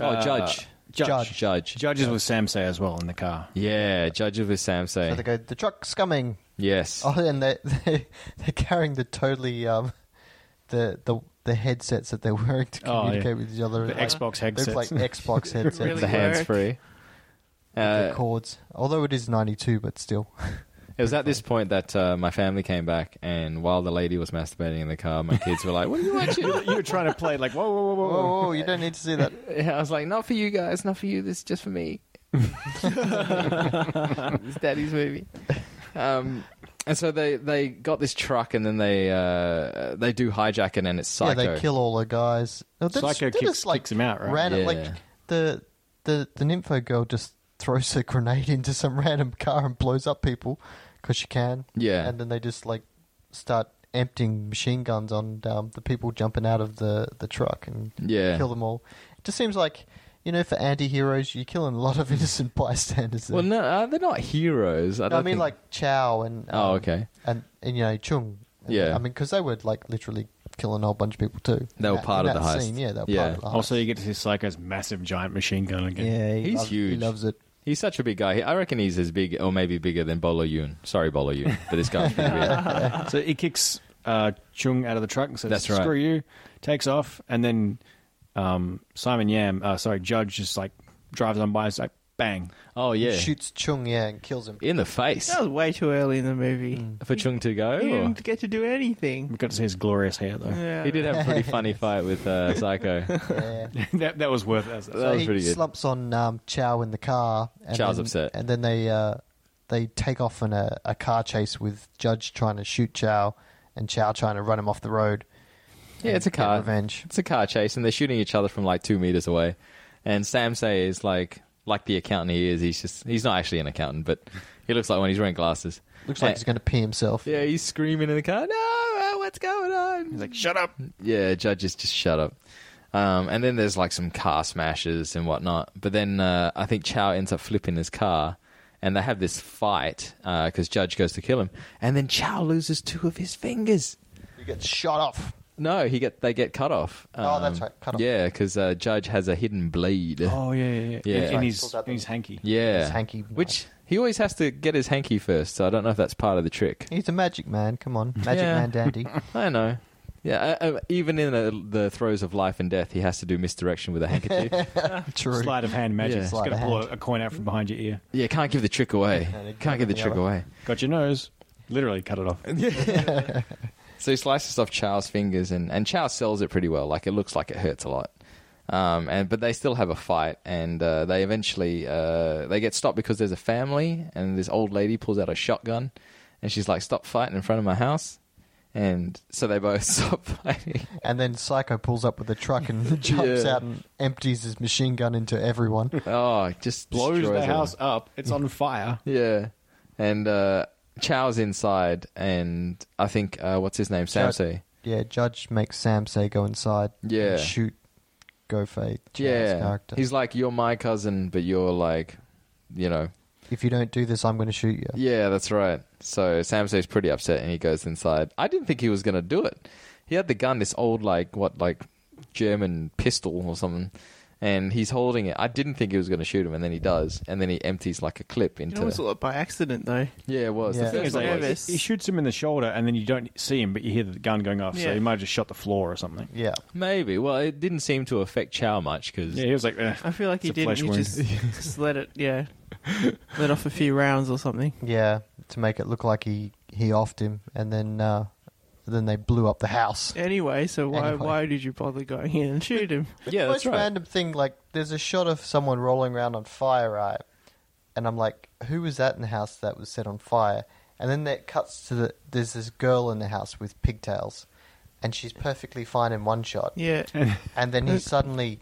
Oh,
Uh,
Judge.
Judge.
Judge.
Judges with Samsei as well in the car.
Yeah, Judge of his Samsei.
so they go, the truck's coming.
yes.
Oh, and they, they, they're carrying the totally, um, the, the, the headsets that they're wearing to
Oh, yeah.
communicate with each other.
The Xbox
They're like
headsets.
Xbox headsets.
Really
the
work.
hands free. Uh,
with the cords. Although it is 92, but still.
It was at this point that uh, my family came back, and while the lady was masturbating in the car, my kids were like, "What are you watching?"
you were trying to play like, whoa, whoa, whoa, whoa, whoa.
Whoa, whoa, you don't need to see that.
Yeah, I was like, "Not for you guys, not for you. This is just for me. it's Daddy's movie." Um, and so they they got this truck, and then they uh, they do hijack it, and it's psycho.
Yeah, they kill all the guys. No, they
Psycho
just, they
kicks-
just, like,
kicks him out, right?
Random,
Yeah.
Like the the the nympho girl just throws a grenade into some random car and blows up people because she can.
Yeah.
and then they just like start emptying machine guns on um, the people jumping out of the the truck and
Yeah.
kill them all. Just seems like, you know, for anti-heroes, you're killing a lot of innocent bystanders. there.
Well, no, uh, they're not heroes. I,
No,
don't
I mean
think-
like Chow and
Oh,
um,
okay.
and, and you know Chung.
Yeah.
I mean because they were like literally killing a whole bunch of people too.
They were
In that-
part
in
of the
that
heist.
Scene. Yeah, they were
Yeah.
part of the heist.
Also, Oh, you get to see Psycho's massive giant machine gun again.
yeah, he
He's
loves- He
huge.
loves it.
He's such a big guy. He- I reckon he's as big, or maybe bigger than Bolo Yoon. Sorry, Bolo Yoon, but this guy's pretty big.
So he kicks uh, Chung out of the truck and says,
That's right.
"Screw you!" Takes off, and then um, Simon Yam, uh, sorry, Judge, just like drives on by. It's like bang.
Oh yeah,
Shoots Chung, yeah, and kills him.
in the face
That was way too early in the movie.
for Chung to go.
He
or-
didn't get to do anything.
We got to see his glorious hair though.
Yeah.
Oh. He did have a pretty funny fight with uh, Psycho.
Yeah.
that that was worth it.
That was
he
pretty good.
slumps on um, Chow in the car. And
Chow's
then-
upset.
and then they uh, they take off in a, a car chase with Judge trying to shoot Chow, and Chow trying to run him off the road.
Yeah, it's a
Get
car.
revenge.
It's a car chase, and they're shooting each other from like two meters away. And Sam Say is like, like the accountant he is. He's just, he's not actually an accountant, but he looks like one. He's wearing glasses.
Looks like
And-
he's going to pee himself.
Eh. Yeah, he's screaming in the car. No, uh, what's going on?
He's like, shut up.
Yeah, judges just shut up. Um, and then there's like some car smashes and whatnot. But then uh, I think Chow ends up flipping his car, and they have this fight because Judge goes to kill him, and then Chow loses two of his fingers.
He gets shot off.
No, he get they get cut off. Um,
Oh, that's right, cut off.
Yeah, because uh, Judge has a hidden bleed.
Oh yeah, yeah, yeah.
Yeah.
In- In,
Right,
his,
pulls out
in his
the-
hanky.
yeah,
His hanky.
Which he always has to get his hanky first. So I don't know if that's part of the trick.
He's a magic man. Come on, magic
Yeah.
man, dandy.
I know. Yeah, uh, uh, even in uh, the throes of life and death, he has to do misdirection with a handkerchief.
True.
Sleight of hand magic.
Yeah.
Just
Sleight
gonna
of
pull a,
hand.
a coin out from behind your ear.
yeah, can't give the trick away.
Yeah, they cut
Can't give the
it on the
trick
other.
away.
Got your nose. Literally cut it off.
So he slices off Chow's fingers, and, and Chow sells it pretty well. Like it looks like it hurts a lot, um, and but they still have a fight, and uh, they eventually uh, they get stopped because there's a family, and this old lady pulls out a shotgun, and she's like, "Stop fighting in front of my house," and so they both stop fighting.
And then Psycho pulls up with a truck and jumps
Yeah.
out and empties his machine gun into everyone.
Oh, it just
Blows
destroys
the
everyone.
house up. It's on fire.
Yeah, and uh, Chow's inside, and I think uh, what's his name,
Chow-
Samsei.
Yeah, Judge makes Sam say go inside.
Yeah.
And shoot Go Fade.
Yeah,
Character.
he's like, "You're my cousin, but you're like, you know."
if you don't do this, I'm going to shoot you.
Yeah, that's right. So Samsei's pretty upset and he goes inside. I didn't think he was going to do it. He had the gun, this old, like, what, like German pistol or something, and he's holding it. I didn't think he was going to shoot him, and then he does. And then he empties, like, a clip
You
into.
know, it was a lot by accident though.
yeah, it was.
Yeah.
The
Thing
first
is,
That's
one
like,
was-
nervous.
he shoots him in the shoulder, and then you don't see him, but you hear the gun going off. So
Yeah.
he might have just shot the floor or something.
Yeah.
Maybe. Well, it didn't seem to affect Chow much because.
Yeah, he was like, eh.
I feel like
It's a
he didn't.
flesh
He
wound.
just, just let it, yeah, let off a few rounds or something.
Yeah. To make it look like he, he offed him. And then uh, then they blew up the house.
Anyway, so why
Anyway.
why did you bother going in and shoot him?
Yeah, that's
Most
right.
random thing, like, there's a shot of someone rolling around on fire, right? And I'm like, who was that in the house that was set on fire? And then that cuts to the. There's this girl in the house with pigtails. And she's perfectly fine in one shot.
Yeah,
and then he's suddenly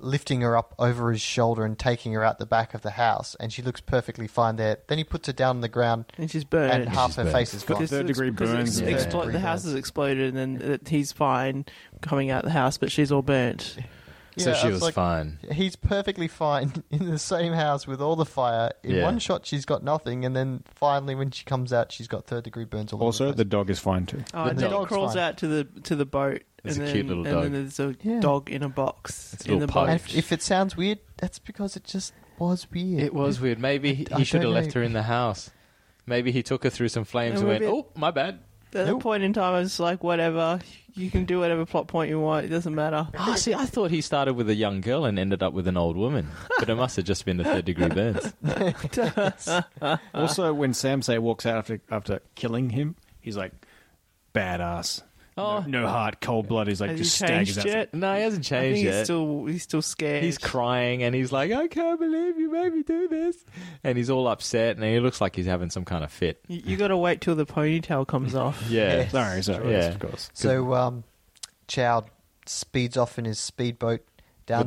lifting her up over his shoulder and taking her out the back of the house, and she looks perfectly fine there. Then he puts her down on the ground,
and she's
and
burned.
half her
burned.
face is
Got
gone.
Third degree
because
burns.
it's
Yeah.
explo-
Degree
the house
burns.
is exploded, and then it, he's fine coming out the house, but she's all burnt.
so
Yeah,
she
I was
was
like-
fine.
He's perfectly fine in the same house with all the fire. In
Yeah.
one shot, she's got nothing, and then finally, when she comes out, she's got third degree burns all
also,
over
the
her
dog is fine too.
Oh,
The
and then it
dog's
crawls
fine.
out to the to the boat.
It's
and
a
then,
cute little
and
dog.
then there's a
Yeah.
dog in a box
It's a
in
little
the
pug.
boat.
And if, if it sounds weird, that's because it just was weird.
It was weird. Maybe he,
I
he should have
don't
left
know.
her in the house. Maybe he took her through some flames
No,
and went,
maybe
"Oh, my bad."
At that point in time, I was like, whatever. You can do whatever plot point you want. It doesn't matter.
Ah, see, I thought he started with a young girl and ended up with an old woman, but it must have just been the third degree burns.
Ah.
Also, when Sam Say walks out after after killing him, he's like, badass.
Oh.
No, no heart, cold blood. He's like,
Has he
just staggers
changed
out.
yet?
No, he hasn't
I think
changed
he's
yet.
still he's still scared.
He's crying and he's like, "I can't believe you made me do this," and he's all upset and he looks like he's having some kind of fit.
You, you got to wait till the ponytail comes off.
Yeah,
Sorry, sorry.
Yeah.
Yes, of course.
So um, Chow speeds off in his speedboat down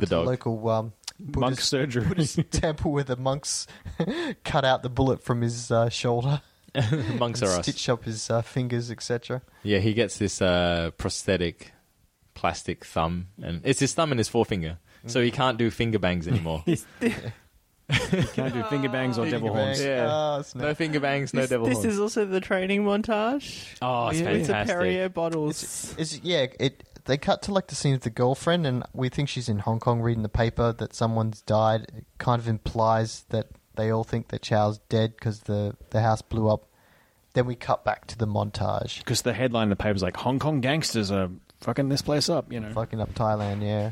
With the
to the
dog.
local um,
Monk
Buddhist
surgery.
temple where the monks cut out the bullet from his uh, shoulder,
monks are us.
stitch up his uh, fingers, etc.
Yeah, he gets this uh, prosthetic plastic thumb, and it's his thumb and his forefinger. so he can't do finger bangs anymore.
Can't do finger bangs or devil
Finger
horns.
bangs.
Yeah.
Ah, snap.
no finger bangs, no
this,
devil
this
horns.
is also the training montage.
Oh, it's
yeah, It's a
fantastic.
Perrier bottles.
It's, yeah, it. They cut to like the scene of the girlfriend, and we think she's in Hong Kong reading the paper that someone's died. It kind of implies that they all think that Chow's dead because the the house blew up. Then we cut back to the montage,
Because the headline in the paper's like Hong Kong gangsters are fucking this place up. You know,
fucking up Thailand. Yeah,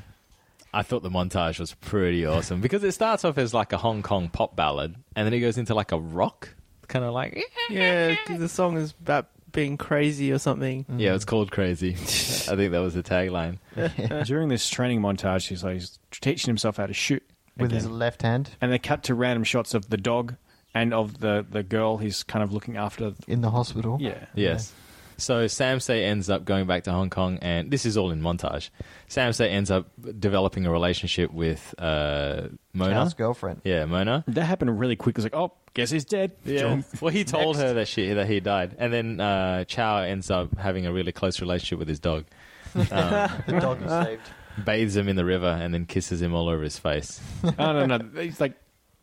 I thought the montage was pretty awesome because it starts off as like a Hong Kong pop ballad, and then it goes into like a rock kind of like
Yeah, 'cause the song is about being crazy or something.
yeah, it's called Crazy. I think that was the tagline.
during this training montage, he's like he's teaching himself how to shoot
with
again.
his left hand
and they cut to random shots of the dog and of the the girl he's kind of looking after.
in the hospital.
Yeah,
Yes. So Samsei ends up going back to Hong Kong, and this is all in montage. Samsei ends up developing a relationship with uh, Mona.
Chow's girlfriend.
Yeah, Mona.
that happened really quick. It's like, oh, guess he's dead. John.
Well, he told her that she that he died, and then uh, Chow ends up having a really close relationship with his dog,
The dog is saved.
bathes him in the river, and then kisses him all over his face.
oh no, no, he's like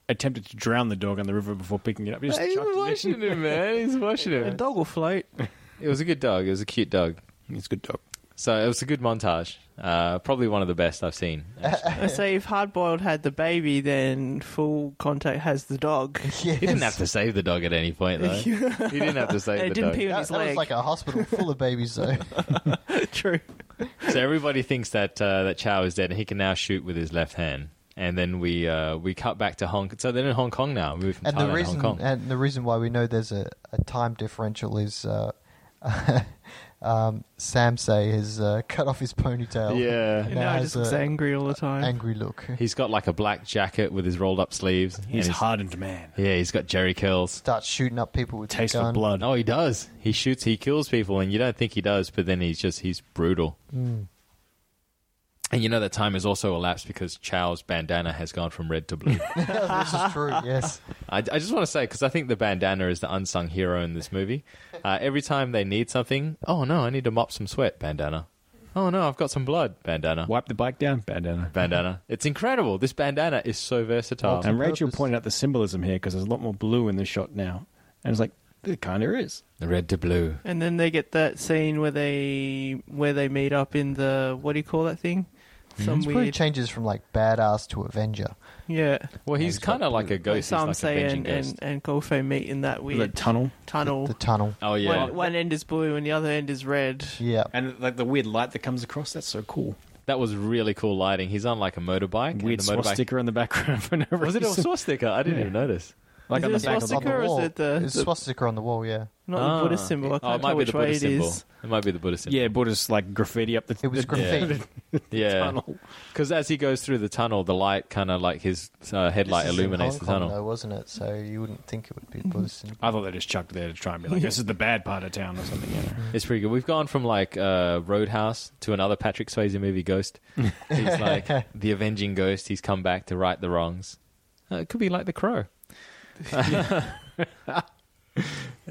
attempted to drown the dog on the river before picking it up. He just chucked it in.
him, man. He's washing
A
him.
dog will float.
It was a good dog. It was a cute dog.
He's a good dog.
So it was a good montage. Uh, probably one of the best I've seen. actually.
I say if Hardboiled had the baby, then Full Contact has the dog.
Yes.
he didn't have to save the dog at any point, though. he didn't have to save
It
the
didn't
dog.
pee on
That,
his
that was
leg.
like a hospital full of babies, though.
True.
So everybody thinks that uh, that Chow is dead, and he can now shoot with his left hand. And then we uh, we cut back to Hong. So they're in Hong Kong now. We moved from
and
Thailand
the reason
to Hong Kong.
and the reason why we know there's a, a time differential is uh, um, Samsei has uh, cut off his ponytail.
Yeah.
And
Now
now he
has
just looks
a
angry all the time.
angry look.
He's got like a black jacket with his rolled up sleeves. and
He's a hardened man.
Yeah, he's got Jerry curls.
Starts shooting up people with
Taste
his gun.
of blood.
Oh, he does. He shoots. He kills people, and you don't think he does, but then he's just he's brutal. And you know that time has also elapsed because Chow's bandana has gone from red to blue.
this is true. Yes,
I, I just want to say because I think the bandana is the unsung hero in this movie. Uh, every time they need something, oh no, I need to mop some sweat, bandana. Oh no, I've got some blood, bandana.
Wipe the bike down, bandana.
Bandana. It's incredible. This bandana is so versatile.
And Rachel
purpose.
pointed out the symbolism here because there's a lot more blue in the shot now, and it's like there kind of is.
Red to blue.
And then they get that scene where they where they meet up in the what do you call that thing? Some
it
weird,
changes from like badass to Avenger.
yeah.
Well, he's kind of like a
Like
ghost.
Sam
he's like a
say
binging
and,
ghost.
and and Golfo meet in that
The
weird
tunnel
tunnel.
The tunnel.
oh yeah.
one, one end is blue and the other end is red.
Yeah,
and like the weird light that comes across. That's so cool.
That was really cool lighting. He's on like a motorbike. and
Weird
the motorbike.
swastika in the background for no reason.
Was it a swastika? I didn't even notice.
like
Is
on
it
the
a
back of
swastika?
on the
or is
wall.
it the-
It's
the-
swastika on the wall. Yeah,
Not
Ah.
the Buddhist symbol. I can't
oh, it might
tell
be
which
the
way
Buddha
it
symbol.
is.
It might be the Buddha symbol.
yeah, Buddha's like graffiti up the.
it was
the,
graffiti.
yeah.
tunnel.
Because as he goes through the tunnel, the light kind of like his uh, headlight
This is in
illuminates
Hong
the
Kong,
tunnel.
though, wasn't it? So you wouldn't think it would be Buddhist.
I thought they just chucked it there to try and be like, this is the bad part of town or something. You know?
It's pretty good. We've gone from like uh, Roadhouse to another Patrick Swayze movie, Ghost. He's like the avenging ghost. He's come back to right the wrongs. Uh, it could be like The Crow.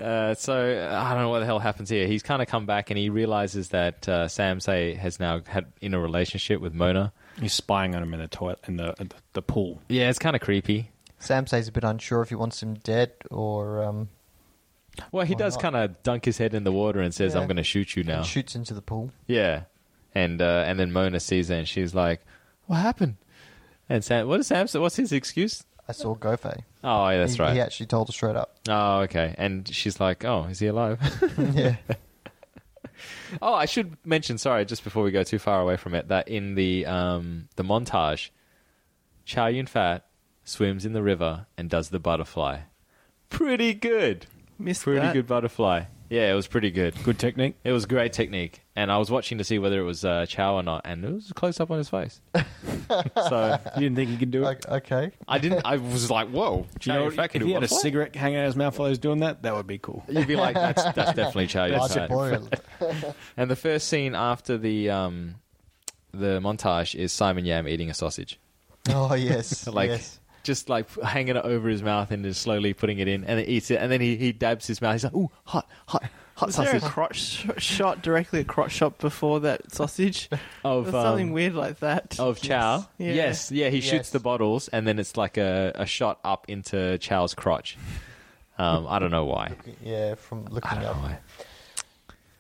uh, so uh, I don't know what the hell happens here. He's kind of come back and he realizes that uh, Sam Say has now had in a relationship with Mona.
He's spying on him in the toilet in the in the, the pool.
Yeah, it's kind of creepy.
Sam says a bit unsure if he wants him dead or um,
Well, he
Why
does
not?
kind of dunk his head in the water and says,
Yeah.
"I'm going to shoot you now."
shoots into the pool.
Yeah, and uh, and then Mona sees her and she's like, "What happened?" And Sam, what is Sam? What's his excuse?
I saw Gofei.
Oh, yeah, that's
he,
right.
He actually told us straight up.
Oh, okay. And she's like, "Oh, is he alive?"
yeah.
oh, I should mention. Sorry, just before we go too far away from it, that in the um, the montage, Chow Yun Fat swims in the river and does the butterfly. Pretty good.
Missed
Pretty
that.
good butterfly. Yeah, it was pretty good.
Good technique.
It was great technique, and I was watching to see whether it was uh, Chow or not, and it was close up on his face. so
You didn't think he could do it?
O- Okay.
I didn't. I was like, "Whoa!"
Do
Chow
you know,
Yun Fat
if
can
he
do
had a
butterfly?
cigarette hanging out of his mouth while he was doing that, that would be cool.
You'd be like, "That's that's definitely Chow Yun
That's
Fat."
boiled.
And the first scene after the um, the montage is Simon Yam eating a sausage,
Oh yes.
like
yes.
just like hanging it over his mouth and just slowly putting it in, and it eats it, and then he, he dabs his mouth. He's like, "Ooh, hot, hot."
Hot
Was there a
sausage.
crotch sh- shot directly a crotch shot before that sausage?
Of
There's something
um,
weird like that.
Of Chow,
Yeah.
yes, yeah, he shoots
Yes.
the bottles, and then it's like a, a shot up into Chow's crotch. Um, I don't know why.
Yeah, from looking up.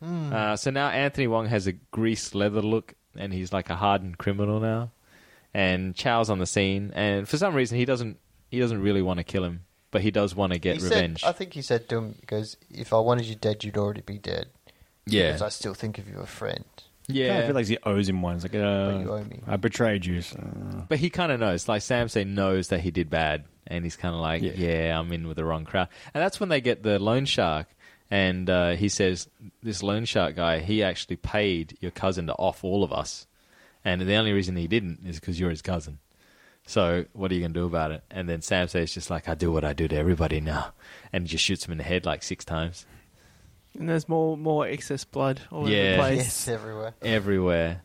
Mm.
Uh, so now Anthony Wong has a greased leather look, and he's like a hardened criminal now. And Chow's on the scene, and for some reason he doesn't he doesn't really want to kill him, but he does want to get
He said-
revenge.
I think he said to him, because if I wanted you dead, you'd already be dead. Because I still think of you a friend.
Kind of
yeah.
feel like he owes him one. It's like, uh,
you owe me.
I betrayed you. So.
But he kind of knows. Like Sam say, knows that he did bad, and he's kind of like, yeah.
Yeah.
I'm in with the wrong crowd." And that's when they get the loan shark, and uh, he says, "This loan shark guy, he actually paid your cousin to off all of us, and the only reason he didn't is because you're his cousin." So what are you gonna do about it? And then Sam says, "Just like I do what I do to everybody now," and just shoots him in the head like six times
and there's more more excess blood all over
Yeah.
the place.
Yes, everywhere.
everywhere.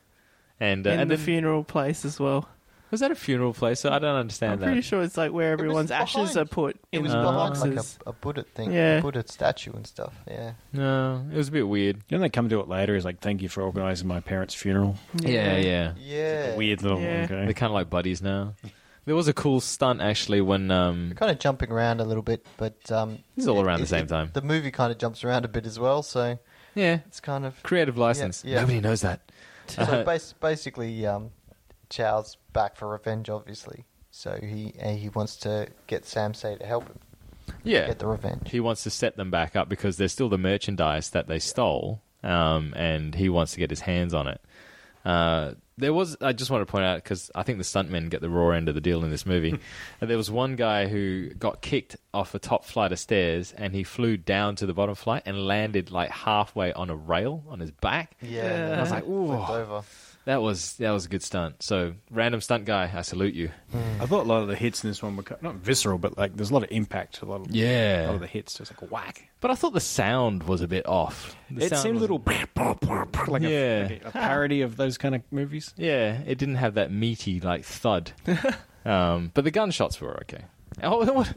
And uh,
In
and
the
then-
funeral place as well.
was that a funeral place? So I don't understand
I'm
that.
pretty sure it's like where everyone's ashes
behind-
are put
It
in
was
the
behind like
boxes.
a, a Buddha thing,
Yeah.
a Buddha statue and stuff. Yeah.
No, it was a bit weird.
Then they come to it later. He's like, "Thank you for organising my parents' funeral."
Yeah, yeah.
Yeah.
Weird little.
Yeah.
They're
Okay.
kind of like buddies now. There was a cool stunt actually when um,
Kind of jumping around a little bit, but um,
It's all around the
it-
same
it-
time.
The movie kind of jumps around a bit as well, so
yeah,
it's kind of
creative license.
yeah.
Nobody knows that. uh-huh.
so bas- basically, um, Chow's back for revenge, obviously. So he uh, he wants to get Samsei to help him
Yeah,
get the revenge.
he wants to set them back up because there's still the merchandise that they stole, um, and he wants to get his hands on it. Uh, there was I just want to point out because I think the stuntmen get the raw end of the deal in this movie. and there was one guy who got kicked off a top flight of stairs, and he flew down to the bottom flight and landed like halfway on a rail on his back.
Yeah,
I was
like,
flipped
"Ooh."
over.
That was that was a good stunt. So random stunt guy, I salute you.
I thought a lot of the hits in this one were ki- not visceral, but like there's a lot of impact. A lot of
Yeah.
A lot of the hits just like a whack.
But I thought the sound was a bit off. The
it
sound
seemed a
was-
little like,
Yeah.
a, like a, a parody of those kind of movies.
Yeah, it didn't have that meaty like thud. um, but the gunshots were okay. Oh, what?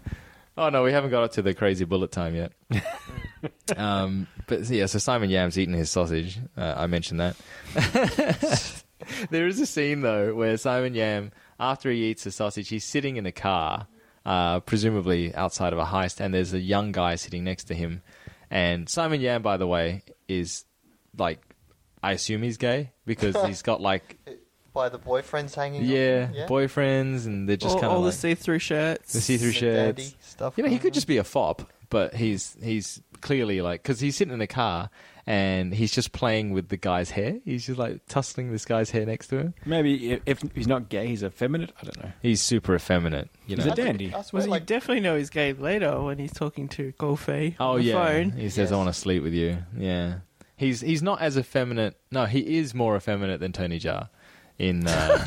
oh no, we haven't got up to the crazy bullet time yet. um, but yeah, so Simon Yam's eating his sausage. Uh, I mentioned that. there is a scene though where Simon Yam, after he eats the sausage, he's sitting in a car, uh, presumably outside of a heist, and there's a young guy sitting next to him. And Simon Yam, by the way, is like, I assume he's gay because he's got like,
By the boyfriends hanging. off
yeah,
him,
boyfriends, and they're just
all
kind of
all
like,
the see-through shirts.
the see-through
The dandy
shirts.
stuff
You know, he
going
could
Mm-hmm.
just be a fop, but he's he's clearly like because he's sitting in the car and he's just playing with the guy's hair. He's just like tussling this guy's hair next to him.
Maybe if, if he's not gay, he's effeminate. I don't know.
He's super effeminate. You know.
He's uh, a dandy.
I swear,
Well, you
like,
definitely know he's gay later when he's talking to Golfey
Oh
on the
yeah,
phone.
he says, "I
Yes.
want to sleep with you." Yeah, he's he's not as effeminate. No, he is more effeminate than Tony Jar in uh,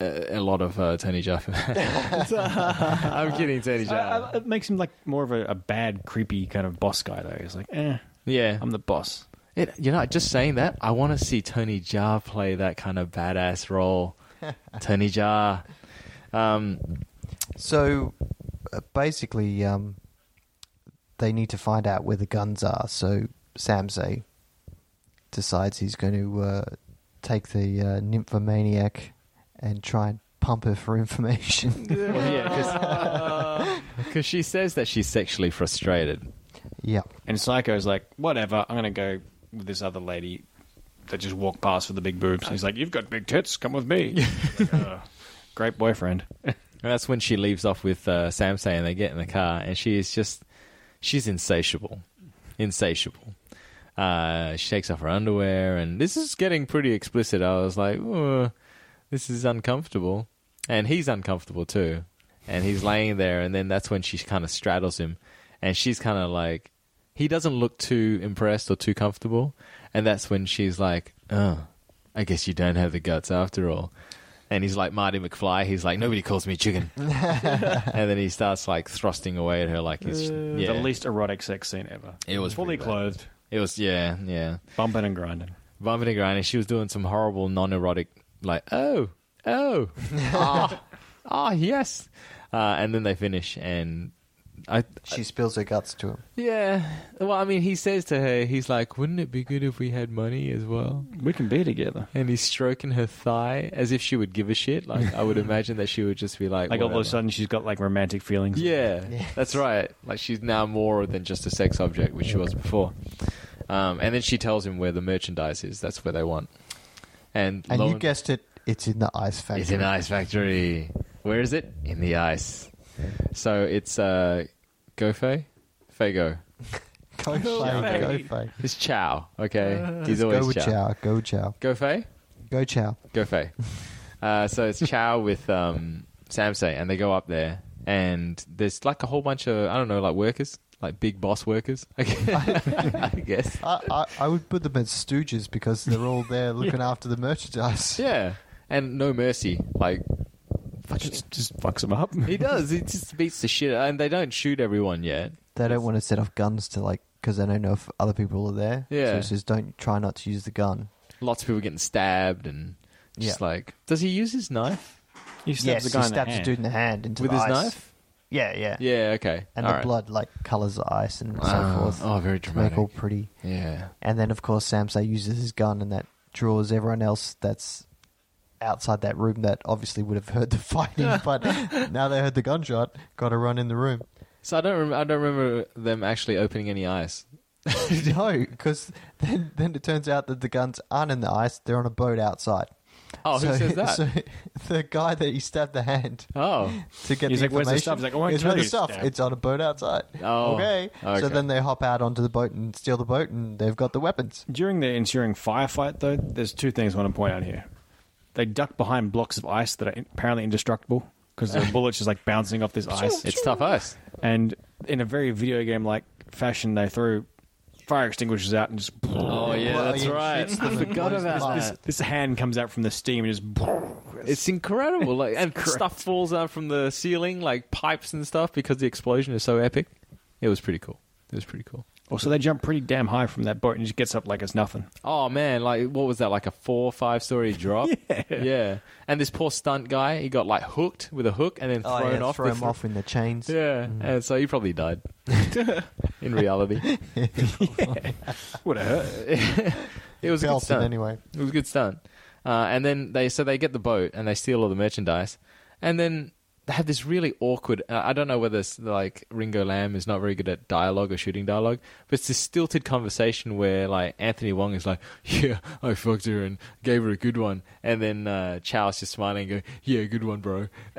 a, a lot of uh, Tony Jar. I'm kidding, Tony
I- I-
Jar.
it makes him like more of a, a bad, creepy kind of boss guy, though. He's like, eh,
Yeah,
I'm the boss.
It, you know, just saying that, I want to see Tony Jaa play that kind of badass role. Tony Jaa. Um,
So uh, basically, um, they need to find out where the guns are. So Samsei decides he's going to uh, take the uh, nymphomaniac and try and pump her for information.
well, yeah, because she says that she's sexually frustrated.
yeah.
And Psycho's like, whatever, I'm going to go with this other lady that just walked past with the big boobs. He's like, you've got big tits, come with me. Like, "Uh, great boyfriend.
And that's when she leaves off with uh, Samsei and they get in the car, and she is just, she's insatiable. Insatiable. Uh, she takes off her underwear, and this is getting pretty explicit. I was like, "Ugh, this is uncomfortable. And he's uncomfortable too. And he's laying there, and then that's when she kind of straddles him, and she's kind of like, he doesn't look too impressed or too comfortable. And that's when she's like, oh, I guess you don't have the guts after all. And he's like Marty McFly. He's like, nobody calls me chicken. and then he starts like thrusting away at her, like he's yeah.
The least erotic sex scene ever.
It was
fully
pretty bad.
clothed,
It was yeah, yeah.
bumping and grinding.
Bumping and grinding. She was doing some horrible non-erotic, like oh, oh, ah, ah, yes. Uh, and then they finish, and I
She spills her guts to him.
yeah. Well, I mean, he says to her, he's like, "Wouldn't it be good if we had money as well?"
We can be together.
And he's stroking her thigh as if she would give a shit. Like I would imagine that she would just be like,
Like all of a
"Whatever."
sudden, she's got like romantic feelings.
Yeah,
Yes.
that's right. Like she's now more than just a sex object, which she was before. Um, and then she tells him where the merchandise is. That's where they want. And,
And
lo
you guessed it, it's in the ice factory.
it's in Ice Factory. Where is it? In the ice. So it's uh, Gofei, Fago.
Go Fay, go
Fay.
Fay.
It's Chow. Okay, he's
Go
always
with
Chow.
Chow. Go Chow.
Gofei,
Go Chow.
Gofei. Uh, so it's Chow with um, Samsei, and they go up there, and there's like a whole bunch of I don't know, like workers, like big boss workers. I guess. I guess.
I, I, I would put them as stooges because they're all there looking after the merchandise.
Yeah, and no mercy. Like
Just, just fucks them up.
he does, he just beats the shit. out- And they don't shoot everyone yet.
They don't want to set off guns to like because they don't know if other people are there.
Yeah.
So it says don't try not to use the gun.
Lots of people getting stabbed and just
Yeah.
like, does he use his knife
He
yes,
stabs the guy
he
in the
stabs a
hand.
dude in the hand into
with
the
his
ice.
knife?
Yeah, yeah.
Yeah, okay,
And
All
the
right.
blood like colors the ice and
Ah,
so forth.
oh, very
to make all
dramatic.
pretty.
Yeah,
And then of course Samsei uses his gun and that draws everyone else that's outside that room that obviously would have heard the fighting, but now they heard the gunshot, gotta run in the room.
so I don't, rem- I don't remember them actually opening any ice.
no, because then then it turns out that the guns aren't in the ice; they're on a boat outside.
Oh, who says that?
So the guy that he stabbed the hand
oh,
to get
He's
the
like, "Where's the
information,
stuff?" He's like, "I won't
"It's
tell
where the
you,
stuff.
Stan."
It's on a boat outside."
Oh,
okay.
okay.
So then they hop out onto the boat and steal the boat, and they've got the weapons.
During the ensuing firefight, though, there's two things I want to point out here. They duck behind blocks of ice that are in- apparently indestructible because the bullets just like bouncing off this ice.
it's tough ice.
and in a very video game like fashion, they throw fire extinguishers out and just.
Oh yeah,
Well,
that's
yeah,
right.
shoots
I forgot about
This,
that.
this hand comes out from the steam and just.
It's incredible. Like, and stuff falls out from the ceiling, like pipes and stuff, because the explosion is so epic. It was pretty cool. It was pretty cool.
Also, they jump pretty damn high from that boat and just gets up like it's nothing.
Oh man, like what was that? Like a four or five story drop? yeah. And this poor stunt guy, he got like hooked with a hook and then
Oh,
thrown
yeah,
off.
throw
the
him
thro-
off in the chains.
Yeah. And so he probably died. In reality.
Would have hurt.
It was a good
Belted
stunt.
anyway.
It was a good stunt. Uh, and then they so they get the boat and they steal all the merchandise, and then they have this really awkward. Uh, I don't know whether it's like Ringo Lamb is not very good at dialogue or shooting dialogue, but it's this stilted conversation where like Anthony Wong is like, "Yeah, I fucked her and gave her a good one," and then uh, Chow's just smiling and going, "Yeah, good one, bro."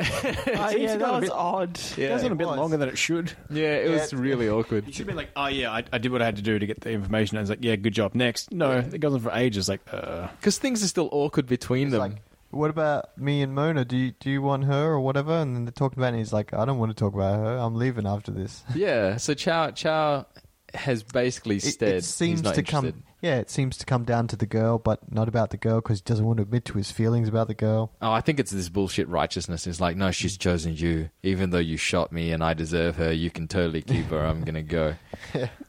Oh,
It's
yeah,
even
that
got a
was
bit-
odd.
It
Yeah,
goes on a bit
was.
longer than it should.
yeah, it was really awkward.
It should be like, oh yeah, I, I did what I had to do to get the information. And it's like, yeah, good job. Next, no, it goes on for ages. Like, uh,
Because things are still awkward between
It's
them.
like, what about me and Mona? Do you do you want her or whatever? And then they're talking about it. And he's like, I don't want to talk about her. I'm leaving after this.
yeah, so Chow Chow has basically
It-
said
It, seems
he's
to
not interested.
come. Yeah, it seems to come down to the girl, but not about the girl because he doesn't want to admit to his feelings about the girl.
Oh, I think it's this bullshit righteousness. It's like, no,
Mm.
she's chosen you. Even though you shot me and I deserve her, you can totally keep her. I'm going to go.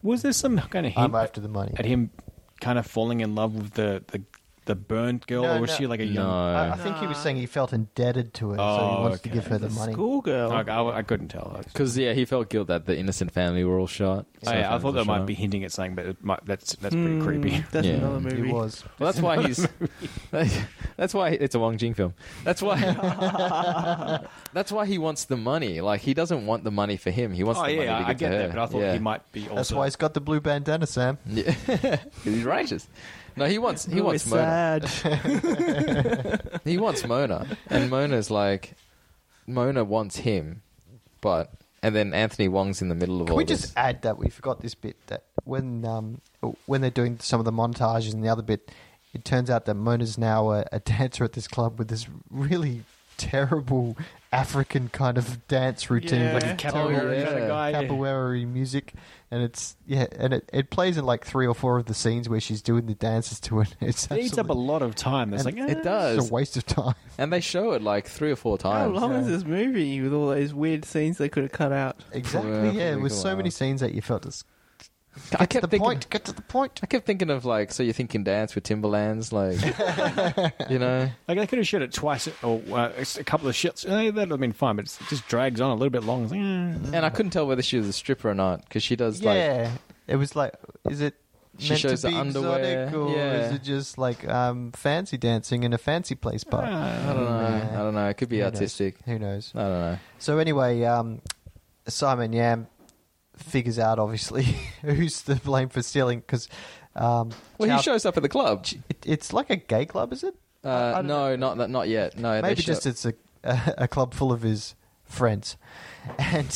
was there some kind of hint
I'm after the money.
at him kind of falling in love with the the, the burnt girl,
No,
or was
no.
she like a
No.
young?
I, I think he was saying he felt indebted to her, so
Uh, Oh,
he wants
okay.
to give her the money.
Oh,
Schoolgirl.
Like, I, I couldn't tell. I, was-
Because, yeah, he felt guilt that the innocent family were all shot.
Oh,
So
Oh, I- I
families
thought
were
that might
shot.
be hinting at something, but it might, that's that's pretty creepy.
Mm, Hmm. That's
Yeah.
another movie.
He was.
Well, that's why he's. that's why it's a Wong Jing film. That's why. that's why he wants the money. Like he doesn't want the money for him. He wants
Oh
the money to
yeah,
give
I get
to her.
that, but I thought
yeah.
he might be. Also,
That's why he's got the blue bandana, Sam.
Yeah. 'Cause he's righteous. No, he wants. He
Oh,
wants
it's
murder.
sad.
He wants Mona, and Mona's like, Mona wants him, but and then Anthony Wong's in the middle of
Can
all
we
this.
just add that we forgot this bit that when um, when they're doing some of the montages and the other bit, it turns out that Mona's now a, a dancer at this club with this really terrible African kind of dance routine,
Yeah.
like
with
a
Yeah.
capoeira
Oh, yeah.
kind of guy. yeah.
capoeira music, and it's yeah, and it, it plays in like three or four of the scenes where she's doing the dances to it. It's
It eats up a
absolute-
lot of time. It's like
And
eh,
it
it's
does,
a waste of time.
and they show it like three or four
How
times.
long is this movie with all those weird scenes they could have cut out?
Exactly.
Yeah,
Yeah,
probably
with
go
so many
out.
scenes that you felt just
I
Get to
kept
the
thinking.
point. Get to the point.
I kept thinking of like, so you think can dance with Timberlands, like, you know,
Like they could have shot it twice or uh, it's a couple of shots. Eh, that would have been fine, but it's, it just drags on a little bit long. It's like, eh.
and I couldn't tell whether she was a stripper or not because she does like
yeah, it was like, is it
She
meant
shows
to
the
be
underwear,
exotic or
yeah.
is it just like um, fancy dancing in a fancy place park?
I don't know, I don't know. It could be
Oh, Who
Ah,
knows?
artistic.
Who knows?
I don't know.
So anyway, um, Simon Yam figures out obviously who's to blame for stealing because um,
Well,
Chow-
he shows up at the club.
it, it's like a gay club, is it? I- I
Uh,
don't
no, not that. Not yet. No, they
Maybe
show-
just it's a, a a club full of his friends, and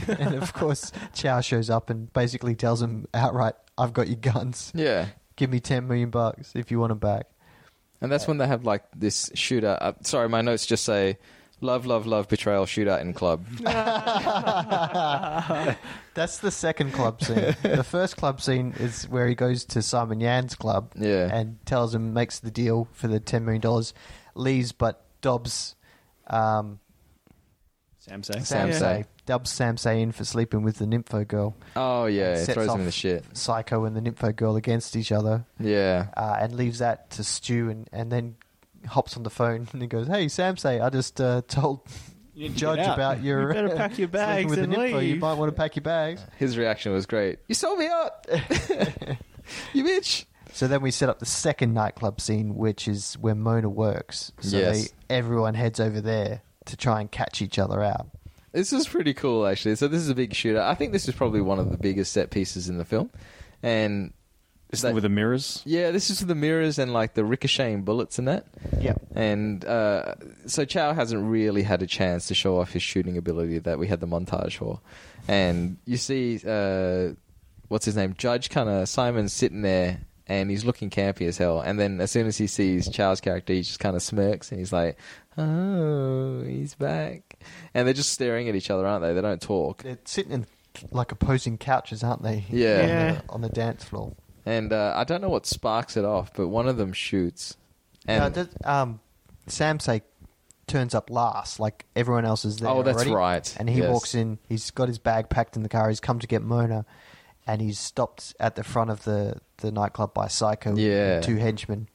and of course Chow shows up and basically tells him outright, "I've got your guns.
yeah.
Give me ten million bucks if you want them back."
And
Uh,
that's when they have like this shootout. Uh, sorry, my notes just say love, love, love, betrayal, shootout in club.
That's the second club scene. the first club scene is where he goes to Simon Yan's club
Yeah.
and tells him, makes the deal for the $10 million, leaves, but Dobbs, um,
Sam say.
Samsei.
Dubs Samsei in for sleeping with the Nympho girl.
Oh yeah, it
Sets
throws him
off
in the shit.
Psycho and the Nympho girl against each other
Yeah.
uh, and leaves that to Stu and, and then hops on the phone and he goes, Hey, Samsei, I just uh, told
You need to
Judge
get out.
about your.
better pack your
sleeping
bags
with the
and
Nympho. You
leave."
might want to pack your bags.
His reaction was great. You sold me out. you bitch.
So then we set up the second nightclub scene, which is where Mona works. So
Yes.
they, everyone heads over there to try and catch each other out.
This is pretty cool, actually. So this is a big shootout. I think this is probably one of the biggest set pieces in the film, and
Is
that-
that with the mirrors?
yeah, this is the mirrors and like the ricocheting bullets and that.
Yep.
And uh, so Chow hasn't really had a chance to show off his shooting ability that we had the montage for. And you see, uh, what's his name? Judge kind of Simon's sitting there and he's looking campy as hell. And then as soon as he sees Chow's character, he just kind of smirks and he's like, oh, he's back. And they're just staring at each other, aren't they? They don't talk.
They're sitting in like opposing couches, aren't they?
Yeah.
Yeah.
On the dance floor.
And uh, I don't know what sparks it off, but one of them shoots. And
Now, does, um, Samsei turns up last, like everyone else is there.
Oh, that's
already.
right.
And he
Yes.
walks in. He's got his bag packed in the car. He's come to get Mona, and he's stopped at the front of the the nightclub by Psycho. and
Yeah.
Two henchmen.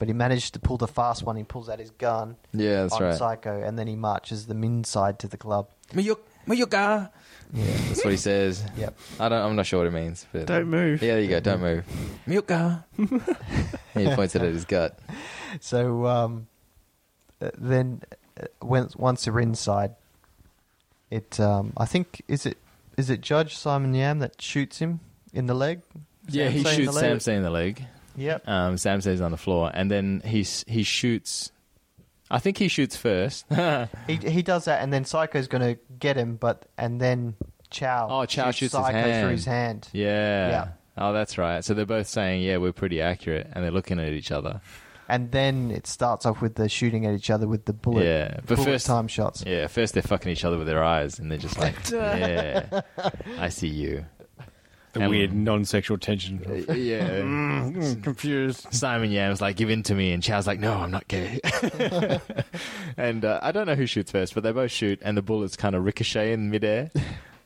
But he managed to pull the fast one. He pulls out his gun.
yeah, that's
on
right.
Psycho, and then he marches them inside to the club.
Miyuk- Miyuka. Yeah, that's what he says.
Yep.
I don't. I'm not sure what it means. But
Don't move.
Yeah, there you go. Don't move. Miyuka. and he pointed at his gut.
So um, uh, then, uh, when, once they're inside, it um, I think is it is it Judge Simon Yam that shoots him in the leg?
Yeah, he
Samsei in the
shoots
leg?
Samsei in the leg.
Yep.
Um, Samsei's on the floor, and then he s- he shoots. I think he shoots first.
He he does that, and then Psycho's going to get him, but and then Chow.
Oh, Chow shoots his
Psycho
hand.
through his hand.
yeah.
Yeah.
Oh, that's right. So they're both saying, "Yeah, we're pretty accurate," and they're looking at each other.
And then it starts off with the shooting at each other with the bullet.
Yeah, but
bullet
first-
time shots.
Yeah. First, they're fucking each other with their eyes, and they're just like, "Yeah, I see you."
The
And-
weird non-sexual tension.
Yeah.
confused.
Simon Yam was like, "Give in to me," and Chow's like, "No, I'm not gay." and uh, I don't know who shoots first, but they both shoot, and the bullets kind of ricochet in midair.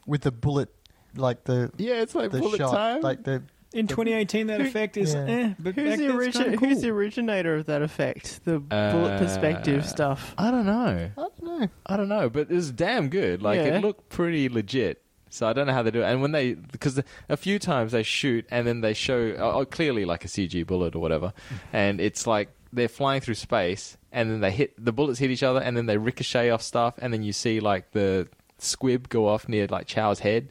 With the bullet, like the
Yeah, it's like
the
bullet
shot,
time.
like the
In 2018, that effect is
Yeah.
eh, but
Who's
back then
the,
it's
origin-
kinda cool.
who's the originator of that effect? The
Uh,
bullet perspective stuff.
I don't know.
I don't know.
I don't know, but it was damn good. Like
Yeah.
it looked pretty legit. So I don't know how they do it. And when they, because a few times they shoot and then they show oh, oh, clearly like a CG bullet or whatever, and it's like they're flying through space and then they hit the bullets hit each other and then they ricochet off stuff and then you see like the squib go off near like Chow's head.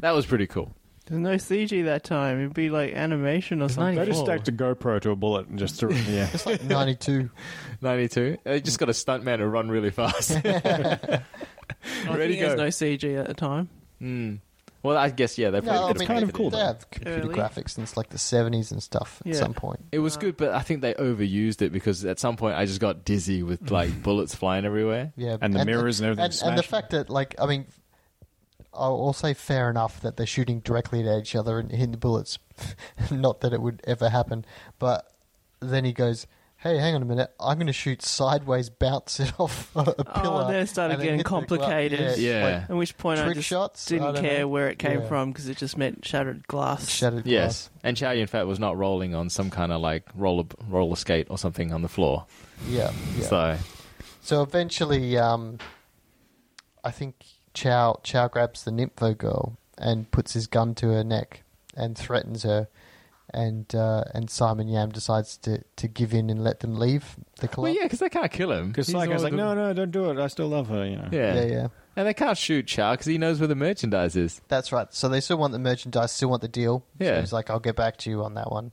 That was pretty cool.
There's no CG that time. It'd be like animation or something.
They just stacked a GoPro to a bullet and just threw it. Yeah,
Ninety-two.
Ninety two. They just got a stuntman to run really fast.
I
Ready,
think there's
go.
no CG at the time.
Mm. Well, I guess yeah, they probably could
No, I
have
mean,
kind of
they-
cool,
They
though.
have computer
Early.
graphics since like the seventies and stuff. At
Yeah.
some point,
It was good, but I think they overused it because at some point I just got dizzy with like bullets flying everywhere.
yeah,
And the mirrors and everything
and, and the
smashed.
fact that like I mean, I'll, I'll say fair enough that they're shooting directly at each other and hitting the bullets. Not that it would ever happen, but then he goes, hey, hang on a minute, I'm going to shoot sideways, bounce it off a pillar.
then it started
and then
getting
hit the ground.
complicated.
it's
Yeah.
At which point I
Trick
just
shots? I
didn't
don't
care
know.
where it came
Yeah.
from because it just meant shattered glass.
like shattered
Yes, and Chow Yun Fat was not rolling on some kind of like roller roller skate or something on the floor.
glass. Yeah. yeah. So,
So
eventually, um, I think Chow Chow grabs the nympho girl and puts his gun to her neck and threatens her. And uh, and Simon Yam decides to, to give in and let them leave the club.
well, yeah, because they can't kill him.
Because
He's
Psycho's
all
like,
the-
no, no, don't do it. I still love her. You know.
yeah.
yeah, yeah.
and they can't shoot Chow because he knows where the merchandise is.
That's right. So they still want the merchandise, still want the deal.
Yeah.
So he's like, I'll get back to you on that one.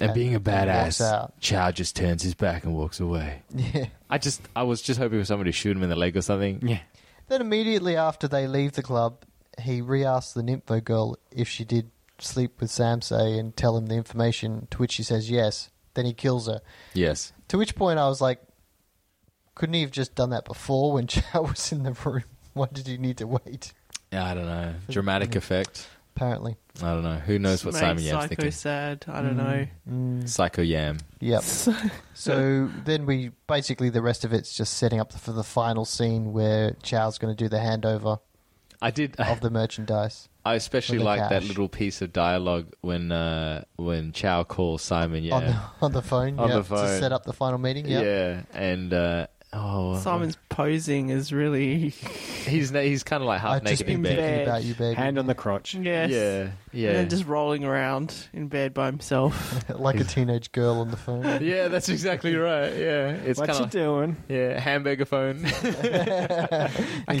And,
And-
being a
and walks
badass,
out.
Chow just turns his back and walks away.
Yeah.
I just, I was just hoping for somebody to shoot him in the leg or something.
Yeah.
Then immediately after they leave the club, he re asks the Nympho girl if she did sleep with Samsei and tell him the information, to which she says yes. Then he kills her.
Yes,
To which point I was like, couldn't he have just done that before when Chow was in the room? Why did he need to wait?
Yeah, I don't know. Dramatic effect.
Apparently.
I don't know. Who knows what
Made
Simon Yam's
Psycho
thinking? Mm.
sad. I don't know.
Psycho Yam.
Yep.
So,
So then we basically, the rest of it's just setting up for the final scene where Chow's going to do the handover
I did.
of the merchandise.
I especially
With the
like that
cash.
little piece of dialogue when uh, when Chow calls Simon Yam.
on the on the phone,
On
yeah,
the phone.
to set up the final meeting. Yeah,
Yeah, and uh, oh,
Simon's posing is really
he's na- he's kind of like half
I've just
naked in bed.
been thinking
bed.
about you, baby,
Hand on the crotch.
yes.
Yeah,
And
yeah,
then just rolling around in bed by himself.
like a teenage girl on the phone.
yeah. That's exactly right. Yeah, it's
What
kind
you
of
doing?
yeah, hamburger phone. I
He's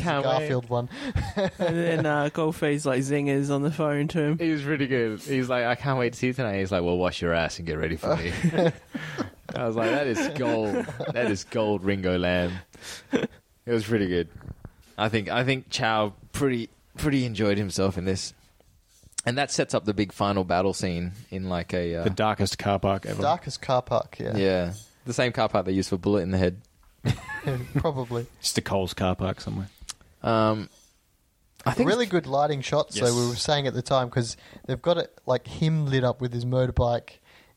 the
can't wait.
Garfield one.
and then uh, Goldface like zingers on the phone to him.
He was pretty good. He's like, I can't wait to see you tonight. He's like, well, wash your ass and get ready for me. I was like, that is gold. That is gold, Ringo Lamb. It was pretty good. I think I think Chow pretty pretty enjoyed himself in this, and that sets up the big final battle scene in like a uh,
The darkest car park
Mm.
ever.
Darkest car park. Yeah,
yeah the same car park they use for Bullet in the Head.
probably.
Just a Coles car park somewhere.
Um, I think
Really good lighting shots.
Yes.
So we were saying at the time because they've got it like him lit up with his motorbike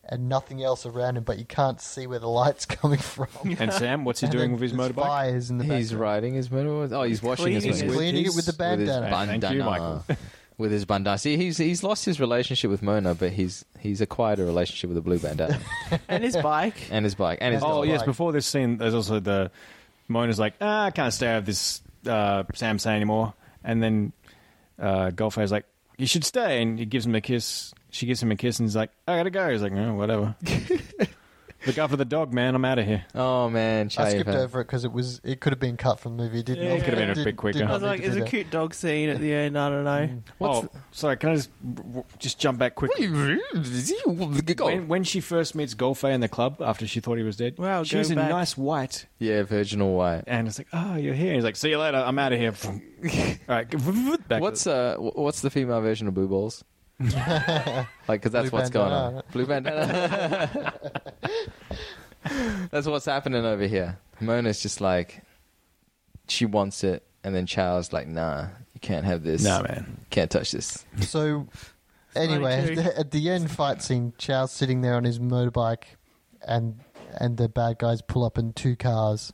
and nothing else around him, but you can't see where the light's coming from.
And Sam, what's he
And
doing
then
with his
there's
motorbike?
Fires in the
he's
background.
riding his motorbike. Oh, he's washing his
Cleaning
He's
his
motorbike.
cleaning it with the
with his
bandana.
Thank
bandana.
you, Michael.
with his bandana. See, he's he's lost his relationship with Mona, but he's he's acquired a relationship with a blue bandana
And his bike.
and his bike and his
Oh
dog.
yes,
Like-
before this scene, there's also the Mona's like, ah, I can't stay out of this uh, Samsei anymore. And then uh, Goldface like, you should stay, and he gives him a kiss. She gives him a kiss, and he's like, I gotta go. He's like, no, whatever. Look after the dog, man. I'm out of here.
Oh man,
I
Chow
skipped
Yun-fat.
over it because it was it could have been cut from the movie. It did
Yeah,
not.
it could have been a
did-
bit quicker.
did
I
not
was
need
like,
to
there's
do
a
that.
cute dog scene at the end. I don't
Mm.
know.
oh, sorry. Can I just just jump back quick? When, when she first meets Golfay in the club after she thought he was dead,
Wow,
she was
go
in
back.
nice white,
Yeah, virginal white.
and it's like, oh, you're here. He's like, see you later. I'm out of here. All right, back to
What's uh wh- what's the female version of blue balls? like, because that's
Blue
what's going on.
bandana.
Blue bandana. that's what's happening over here. Mona's just like, she wants it, and then Chow's like, nah, you can't have this.
Nah, man.
can't touch this.
So, anyway, at
92.
the, at the end fight scene, Chow's sitting there on his motorbike, and and the bad guys pull up in two cars,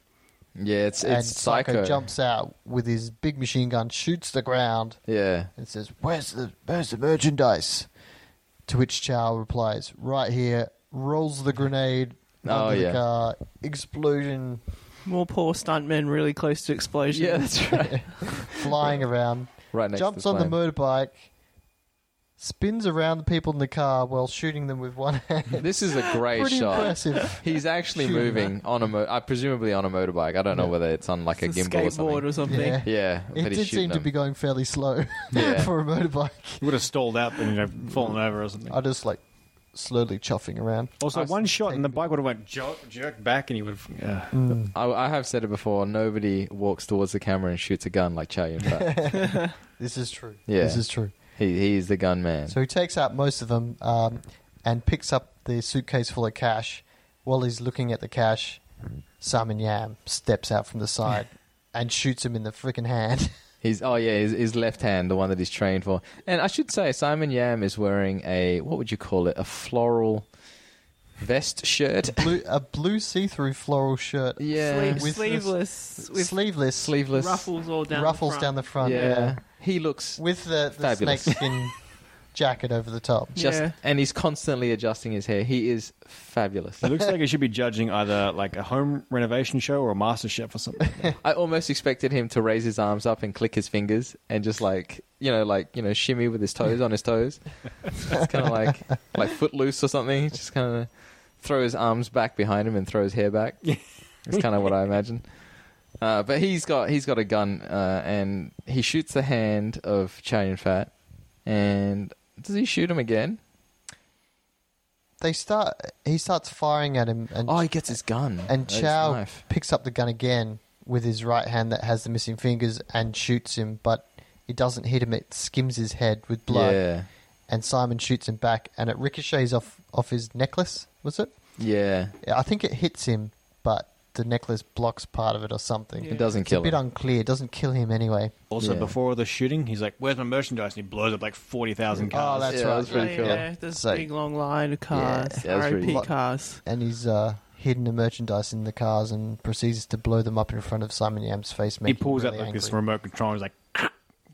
Yeah, it's
and
it's psycho.
jumps out with his big machine gun, shoots the ground,
Yeah.
and says, "Where's the where's the merchandise?" To which Chow replies, "Right here." Rolls the grenade
Oh,
under
yeah.
the car, explosion,
More poor stuntmen really close to explosion.
Yeah, that's right.
flying around.
right next
jumps
to
on the
plane.
motorbike, spins around the people in the car while shooting them with one hand.
This is a great
Pretty
shot.
impressive.
He's actually
Shooting
moving on a mo- uh, presumably on a motorbike. I don't know whether it's on like a
It's a
gimbal or
skateboard
something.
or something.
Yeah.
yeah,
It
but he's shooting
did seem to
them.
be going fairly slow
Yeah.
for a motorbike.
He would have stalled out and you know, fallen over or something.
I just like slowly chuffing around.
also,
I
one shot and the
think-
bike would have went jerk, jerked back, and he would have. Uh,
Mm.
I, I have said it before. Nobody walks towards the camera and shoots a gun like Chow Yun Fat.
This is true.
Yeah.
This is true.
he, he's the gun man.
So he takes out most of them um, and picks up the suitcase full of cash. While he's looking at the cash, Simon Yam steps out from the side and shoots him in the freaking hand.
he's oh yeah, his, his left hand, the one that he's trained for. And I should say, Simon Yam is wearing a what would you call it? A floral vest shirt,
Blue, a blue see-through floral shirt.
Yeah.
Sleeve-
With
sleeveless, with
sleeveless,
sleeveless.
ruffles all down.
ruffles
the front.
down the front.
yeah.
Yeah,
he looks
with the, the snake
Fabulous.
skin jacket over the top.
just,
Yeah.
and he's constantly adjusting his hair. He is fabulous.
It looks like he should be judging either like a home renovation show or a master chef or something.
I almost expected him to raise his arms up and click his fingers and just like you know, like you know, shimmy with his toes on his toes. It's kind of like like footloose or something. Just kind of throw his arms back behind him and throw his hair back. It's kind of what I imagine. Uh, but he's got he's got a gun uh, and he shoots the hand of Chow Yun Fat. And does he shoot him again?
They start. He starts firing at him, and
Oh, he gets his gun
and
his
Chow
knife.
picks up the gun again with his right hand that has the missing fingers and shoots him, but it doesn't hit him. It skims his head with blood,
Yeah,
and Simon shoots him back, and it ricochets off off his necklace. Was it?
yeah.
Yeah, I think it hits him, but the necklace blocks part of it or something.
Yeah.
It doesn't
It's a
kill
bit
him.
unclear. It doesn't kill him anyway.
Also,
Yeah.
before the shooting, he's like, "Where's my merchandise?" And he blows up like forty thousand
Oh,
cars.
that's
Yeah,
right.
that's pretty cool.
Yeah, there's
So-
a big long line of cars,
Yeah, that's pretty
RIP
cool.
cars.
and he's uh, hidden the merchandise in the cars and proceeds to blow them up in front of Simon Yam's face.
he
making him
pulls out
really
like this
angry.
remote control. And he's like,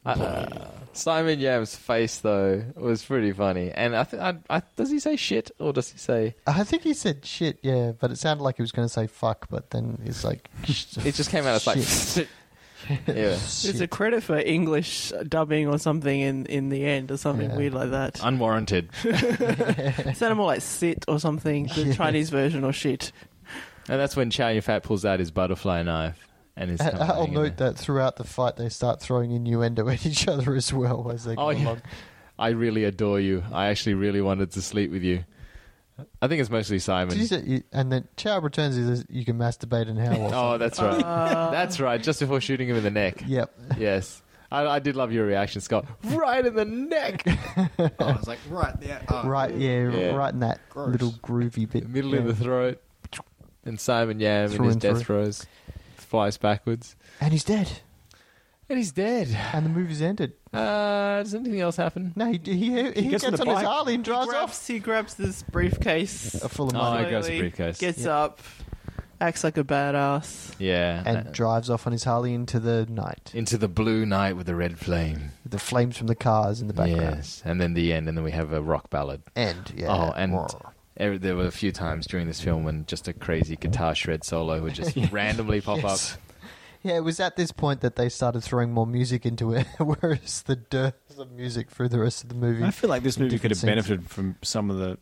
Uh, Simon Yam's face though was pretty funny, and I, th- I, I does he say shit or does he say
I think he said shit, yeah, but it sounded like he was going to say fuck, but then he's like,
it just came out as like yeah
There's a credit for English dubbing or something in, in the end or something
Yeah.
weird like that.
unwarranted,
It sounded more like sit or something, the Chinese version or shit.
and that's when Chow Yun Fat pulls out his butterfly knife and is.
And
kind of
I'll
hanging
note
there.
that throughout the fight they start throwing innuendo at each other as well as they go
Oh yeah,
along.
I really adore you. I actually really wanted to sleep with you. I think it's mostly
Did
Simon.
you say- you- and then Chow returns and says, you can masturbate and howl.
Oh, that's right.
Uh,
that's right. Just before shooting him in the neck.
Yep.
Yes. I, I did love your reaction, Scott. Right in the neck,
Oh, I was like, right, yeah. oh.
Right, yeah,
Yeah.
right in that
Gross.
little groovy bit.
middle
yeah.
of the throat, and Simon Yam in
Through
his
and
death
through.
throes flies backwards.
And he's dead.
And he's dead.
And the movie's ended.
Uh, does anything else happen?
No, he, he, he, gets,
gets on
on,
the
his
bike.
Harley and
He
drives off.
grabs, he grabs this briefcase.
A full of
Oh,
money.
he grabs a
slowly,
briefcase.
Gets up, acts like a badass.
Yeah. Uh,
and drives off on his Harley into the night.
into the blue night with the red flame.
The flames from the cars in the background.
Yes. And then the end, and then we have a rock ballad.
And yeah.
Oh, and
roar.
every, there were a few times during this film when just a crazy guitar shred solo would just randomly pop
Yes.
up.
yeah, it was at this point that they started throwing more music into it, whereas the dearth of music through the rest of the movie.
I feel like this movie could
Different
have benefited from some some of the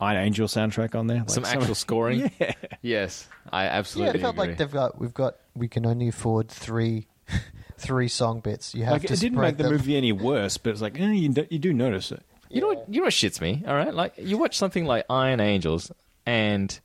Iron Angel soundtrack on there. Like
Some actual scoring.
Yeah.
Yes, I
yeah,
absolutely
it felt
agree.
like they've got we've got we can only afford three three song bits. You have
Like,
to
it didn't
spread
make the
them.
movie any worse, but it's like eh, you, do, you do notice it.
You know what? You know what shits me. All right, like you watch something like Iron Angels, and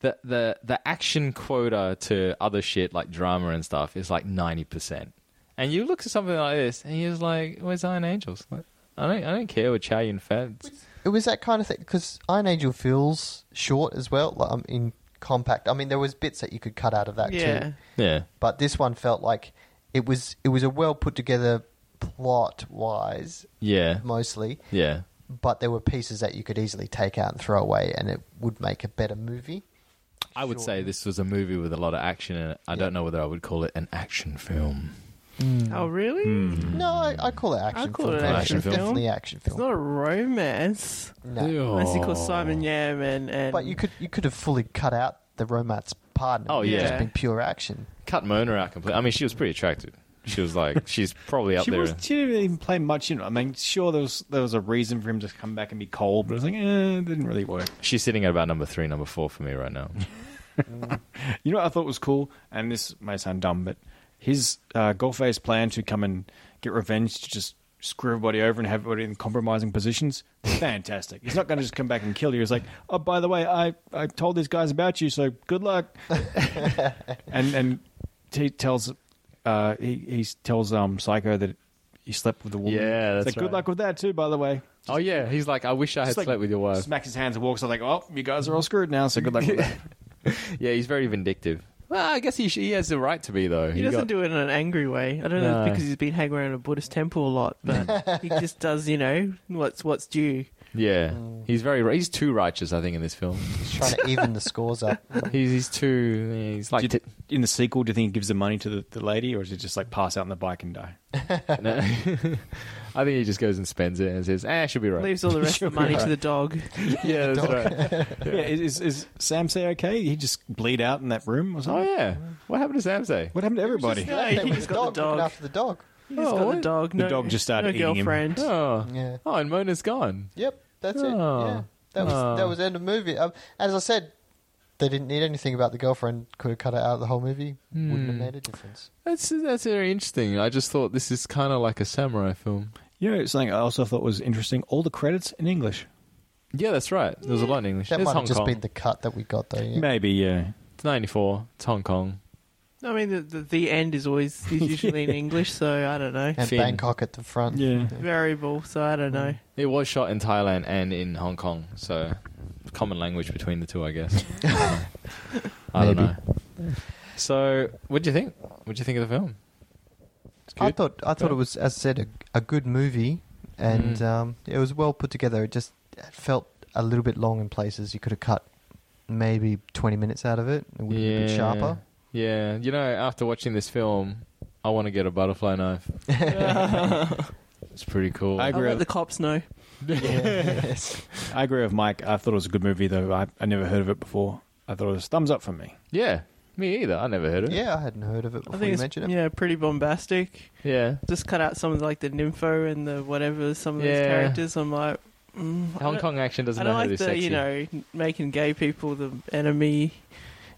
the the the action quota to other shit like drama and stuff is like ninety percent. And you look at something like this, and you're just like, "Where's Iron Angels?" Like, I don't I don't care what Chow Yun Fat.
It was that kind of thing because Iron Angel feels short as well. Like, I'm in compact. I mean, there was bits that you could cut out of that
Yeah.
too.
Yeah,
but this one felt like it was it was a well put together plot wise
yeah,
mostly
yeah.
but there were pieces that you could easily take out and throw away and it would make a better movie
I would say this was a movie with a lot of action in it. I don't know whether I would call it an action film. Mm.
Oh, really?
no i, I call it
Mm.
action
I call
film
it an
It's
action film.
definitely action
It's
film
not a romance.
No.
Unless you call Simon Yam and. and
Oh. but you could you could have fully cut out the romance part and it
Oh,
would have
yeah.
just been pure action
Cut Mona out completely. I mean, she was pretty attractive. She was like, she's probably up
She,
there.
was, she didn't even play much. You know, I mean, sure there was there was a reason for him to come back and be cold, but it was like eh, it didn't really work.
She's sitting at about number three, number four for me right now.
You know what I thought was cool, and this may sound dumb, but his uh, Goldface plan to come and get revenge to just screw everybody over and have everybody in compromising positions, fantastic. He's not going to just come back and kill you. He's like, oh, by the way, I, I told these guys about you, so good luck. and and he tells uh, he, he tells um Psycho that he slept with a woman.
Yeah,
It's
that's
like,
right.
good luck with that too. By the way.
Oh yeah, he's like, I wish I had
Just like
slept with your wife.
Smacks his hands and walks. I'm like, oh, you guys are all screwed now. So good luck with that.
Yeah, he's very vindictive. Well, I guess he, sh- he has the right to be though.
He
You
doesn't
got-
do it in an angry way. I don't know
No.
if it's because he's been hanging around a Buddhist temple a lot, but he just does, you know, what's what's due.
Yeah, he's very he's too righteous. I think in this film,
Trying to even the scores up.
he's he's too he's like
Do you- in the sequel, do you think he gives the money to the, the lady, or is it just like pass out on the bike and die?
No. I think he just goes and spends it and says, "Ah, should be right."
Leaves all the rest of the money to the dog.
yeah, that's right.
Yeah, is, is, is Sam say okay? He just bleed out in that room or
Oh
something.
yeah, what happened to Samsay?
What happened to everybody?
No,
They
he
were
just got the
looking
dog.
after the dog.
He just
Oh,
got
what?
the dog.
The
No,
dog just started
no
eating him.
girlfriend.
Oh,
Yeah.
oh, and Mona's gone.
Yep, that's it.
Oh.
Yeah, that was
Oh.
that was the end of the movie. Um, as I said, they didn't need anything about the girlfriend. Could have cut it out of the whole movie. Wouldn't
Hmm.
have made a difference.
That's that's very interesting. I just thought this is kind of like a samurai film.
You know, something I also thought was interesting. All the credits in English.
Yeah, that's right. There was a lot in English.
That
it's
might
Hong
have just
Kong.
been the cut that we got though. Yeah.
Maybe yeah.
It's ninety four. It's Hong Kong.
I mean, the, the, the end is always is usually in English, so I don't know.
And
Finn.
Bangkok at the front.
Yeah.
Variable, so I don't know.
It was shot in Thailand and in Hong Kong, so common language between the two, I guess. I don't know. So, what do you think? What do you think of the film?
I
good.
thought I thought it was, as I said, a, a good movie, and
Mm.
um, it was well put together. It just felt a little bit long in places. You could have cut maybe twenty minutes out of it. It would have been a bit sharper.
Yeah, you know, after watching this film, I want to get a butterfly knife. it's pretty cool.
I
I'll
agree.
let the cops know.
I agree with Mike. I thought it was a good movie though. I I never heard of it before. I thought it was thumbs up for me.
yeah, me either. I never heard of it.
Yeah, I hadn't heard of it
I
before
think
you
it's
mentioned it.
yeah, pretty bombastic.
Yeah.
Just cut out some of like the nympho and the whatever some of these
Yeah.
characters. I'm like, mm, I
Hong
don't-
Kong action doesn't
I
know
don't
how to
like
do
the
sexy.
you know making gay people the enemy.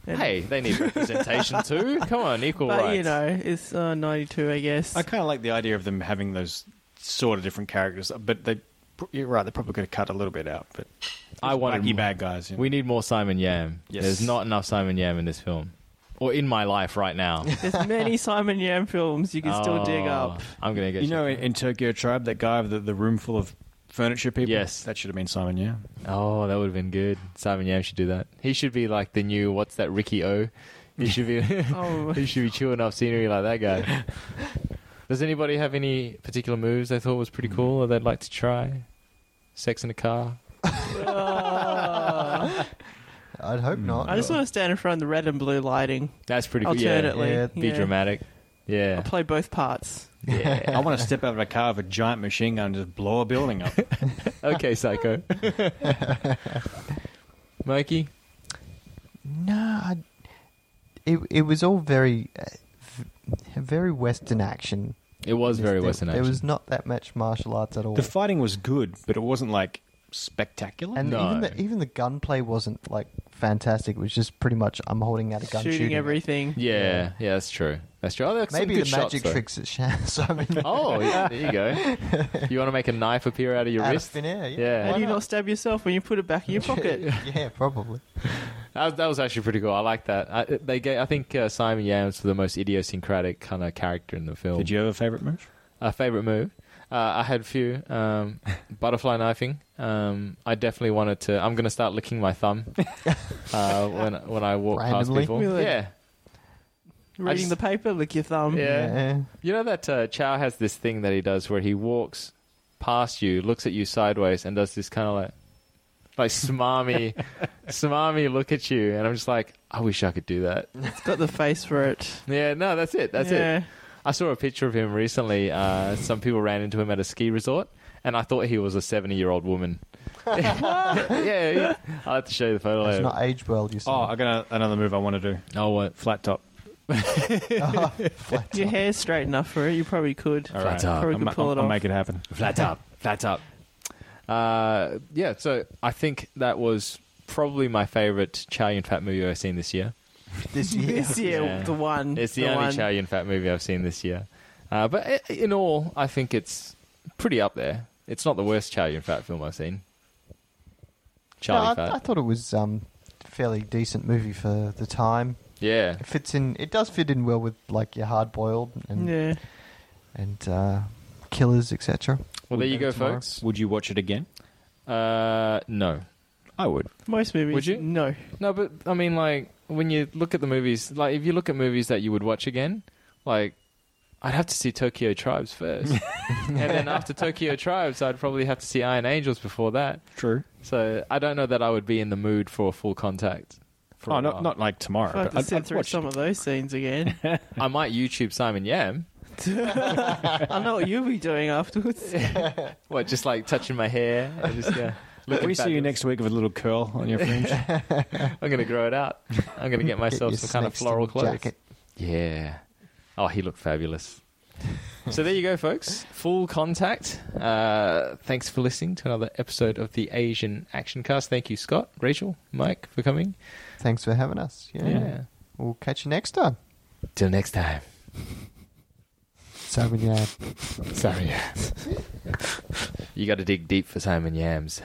And-
hey, they need representation too. Come on, equal
but
rights.
you know, it's uh, 92, I guess.
I kind of like the idea of them having those sort of different characters, but they. You're right. They probably could have cut a little bit out, but
I wanted
wacky
more.
bad guys. You know.
We need more Simon Yam.
Yes.
There's not enough Simon Yam in this film, or in my life right now.
There's many Simon Yam films you can still dig
Oh,
up.
I'm gonna get
You know, in, in Tokyo Tribe, that guy with the, the room full of furniture people.
Yes.
that should have been Simon. Yeah,
Oh, that would have been good. Simon Yam should do that. He should be like the new what's that Ricky O. He should be.
Oh.
he should be chewing up scenery like that guy. Does anybody have any particular moves they thought was pretty cool or they'd like to try? Sex in a car.
I'd hope
Mm.
not.
I just want to stand in front of the red and blue lighting.
That's pretty cool. Yeah.
Alternately,
Yeah,
Be dramatic.
I'll
Yeah.
play both parts.
I want to step out of a car with a giant machine gun and just blow a building up.
Okay, psycho. Mikey.
No, I, it it was all very uh, v- very Western action.
It was very
there,
Western action.
There was not that much martial arts at all.
the fighting was good, but it wasn't like spectacular.
and
No.
even the even the gunplay wasn't like fantastic. It was just pretty much I'm holding out a gun,
shooting,
shooting, it.
everything.
yeah, yeah, that's true. That's true. Oh, that's some
Maybe the
good shots,
magic
though.
tricks that Shan- Simon
Oh, yeah, there you go. You want to make a knife appear out of your
out of
wrist?
thin air. Yeah,
Yeah.
How do you not stab yourself when you put it back in your pocket?
yeah, probably.
That was, that was actually pretty cool. I like that. I, they gave, I think uh, Simon Yam's the most idiosyncratic kind of character in the film.
Did you have a favorite move?
A favorite move? Uh, I had a few. Um, butterfly knifing. Um, I definitely wanted to. I'm going to start licking my thumb uh, when when I walk past
Randomly?
people.
Really?
Yeah,
Reading
just-
the paper, lick your thumb.
yeah.
Yeah.
You know that uh, Chow has this thing that he does where he walks past you, looks at you sideways, and does this kind of like, like smarmy, smarmy look at you, and I'm just like, I wish I could do that.
It's got the face for it.
Yeah, no, that's it. That's it.
yeah.
I saw a picture of him recently. Uh, some people ran into him at a ski resort, and I thought he was a 70 year old woman. yeah, yeah. I'll have to show you the photo
It's
later.
not age well. You
Oh,
saw.
I got a, another move I want to do.
oh, what?
Flat top.
If Your hair's straight enough for it. You probably could.
All right.
top.
Probably
I'll,
could
ma-
pull
I'll-
it
I'll
off.
make it happen.
Flat up. Flat up. Uh, yeah, so I think that was probably my favorite Chow Yun Fat movie I've seen this year.
this year.
This year,
Yeah.
Mm-hmm. the one.
It's the, only
one.
Chow Yun Fat movie I've seen this year. Uh, but i- in all, I think it's pretty up there. It's not the worst Chow Yun Fat film I've seen.
No,
Charlie
I,
Fat.
I thought it was um fairly decent movie for the time.
yeah.
It fits in. It does fit in well with like your hard boiled and
Yeah.
and uh, killers etc.
Well, there you go,
Tomorrow.
folks.
Would you watch it again?
Uh, no.
I would.
Most movies.
Would you?
No.
No, but I mean, like, when you look at the movies, like, if you look at movies that you would watch again, like, I'd have to see Tokyo Tribes first, and then after Tokyo Tribes, I'd probably have to see Iron Angels before that.
True.
So I don't know that I would be in the mood for full contact. For
Oh,
a
not
while.
not like tomorrow.
I have
But
to
I'd,
sit
I'd
through
watch
some of those scenes again.
I might YouTube Simon Yam.
I know what you'll be doing afterwards.
What, just like touching my hair? and Just, yeah, looking
We see you
fabulous.
next week with a little curl on your fringe.
I'm going to grow it out. I'm going to get myself
your
some kind of
snakeskin
floral clothes.
jacket.
Yeah. Oh, he looked fabulous. so there you go, folks. Full contact. Uh, thanks for listening to another episode of the Asian Action Cast. Thank you, Scott, Rachel, Mike, for coming.
Thanks for having us. Yeah.
Yeah.
We'll catch you next time.
Till next time.
Simon Yam.
Simon Yams. you got to dig deep for Simon Yams.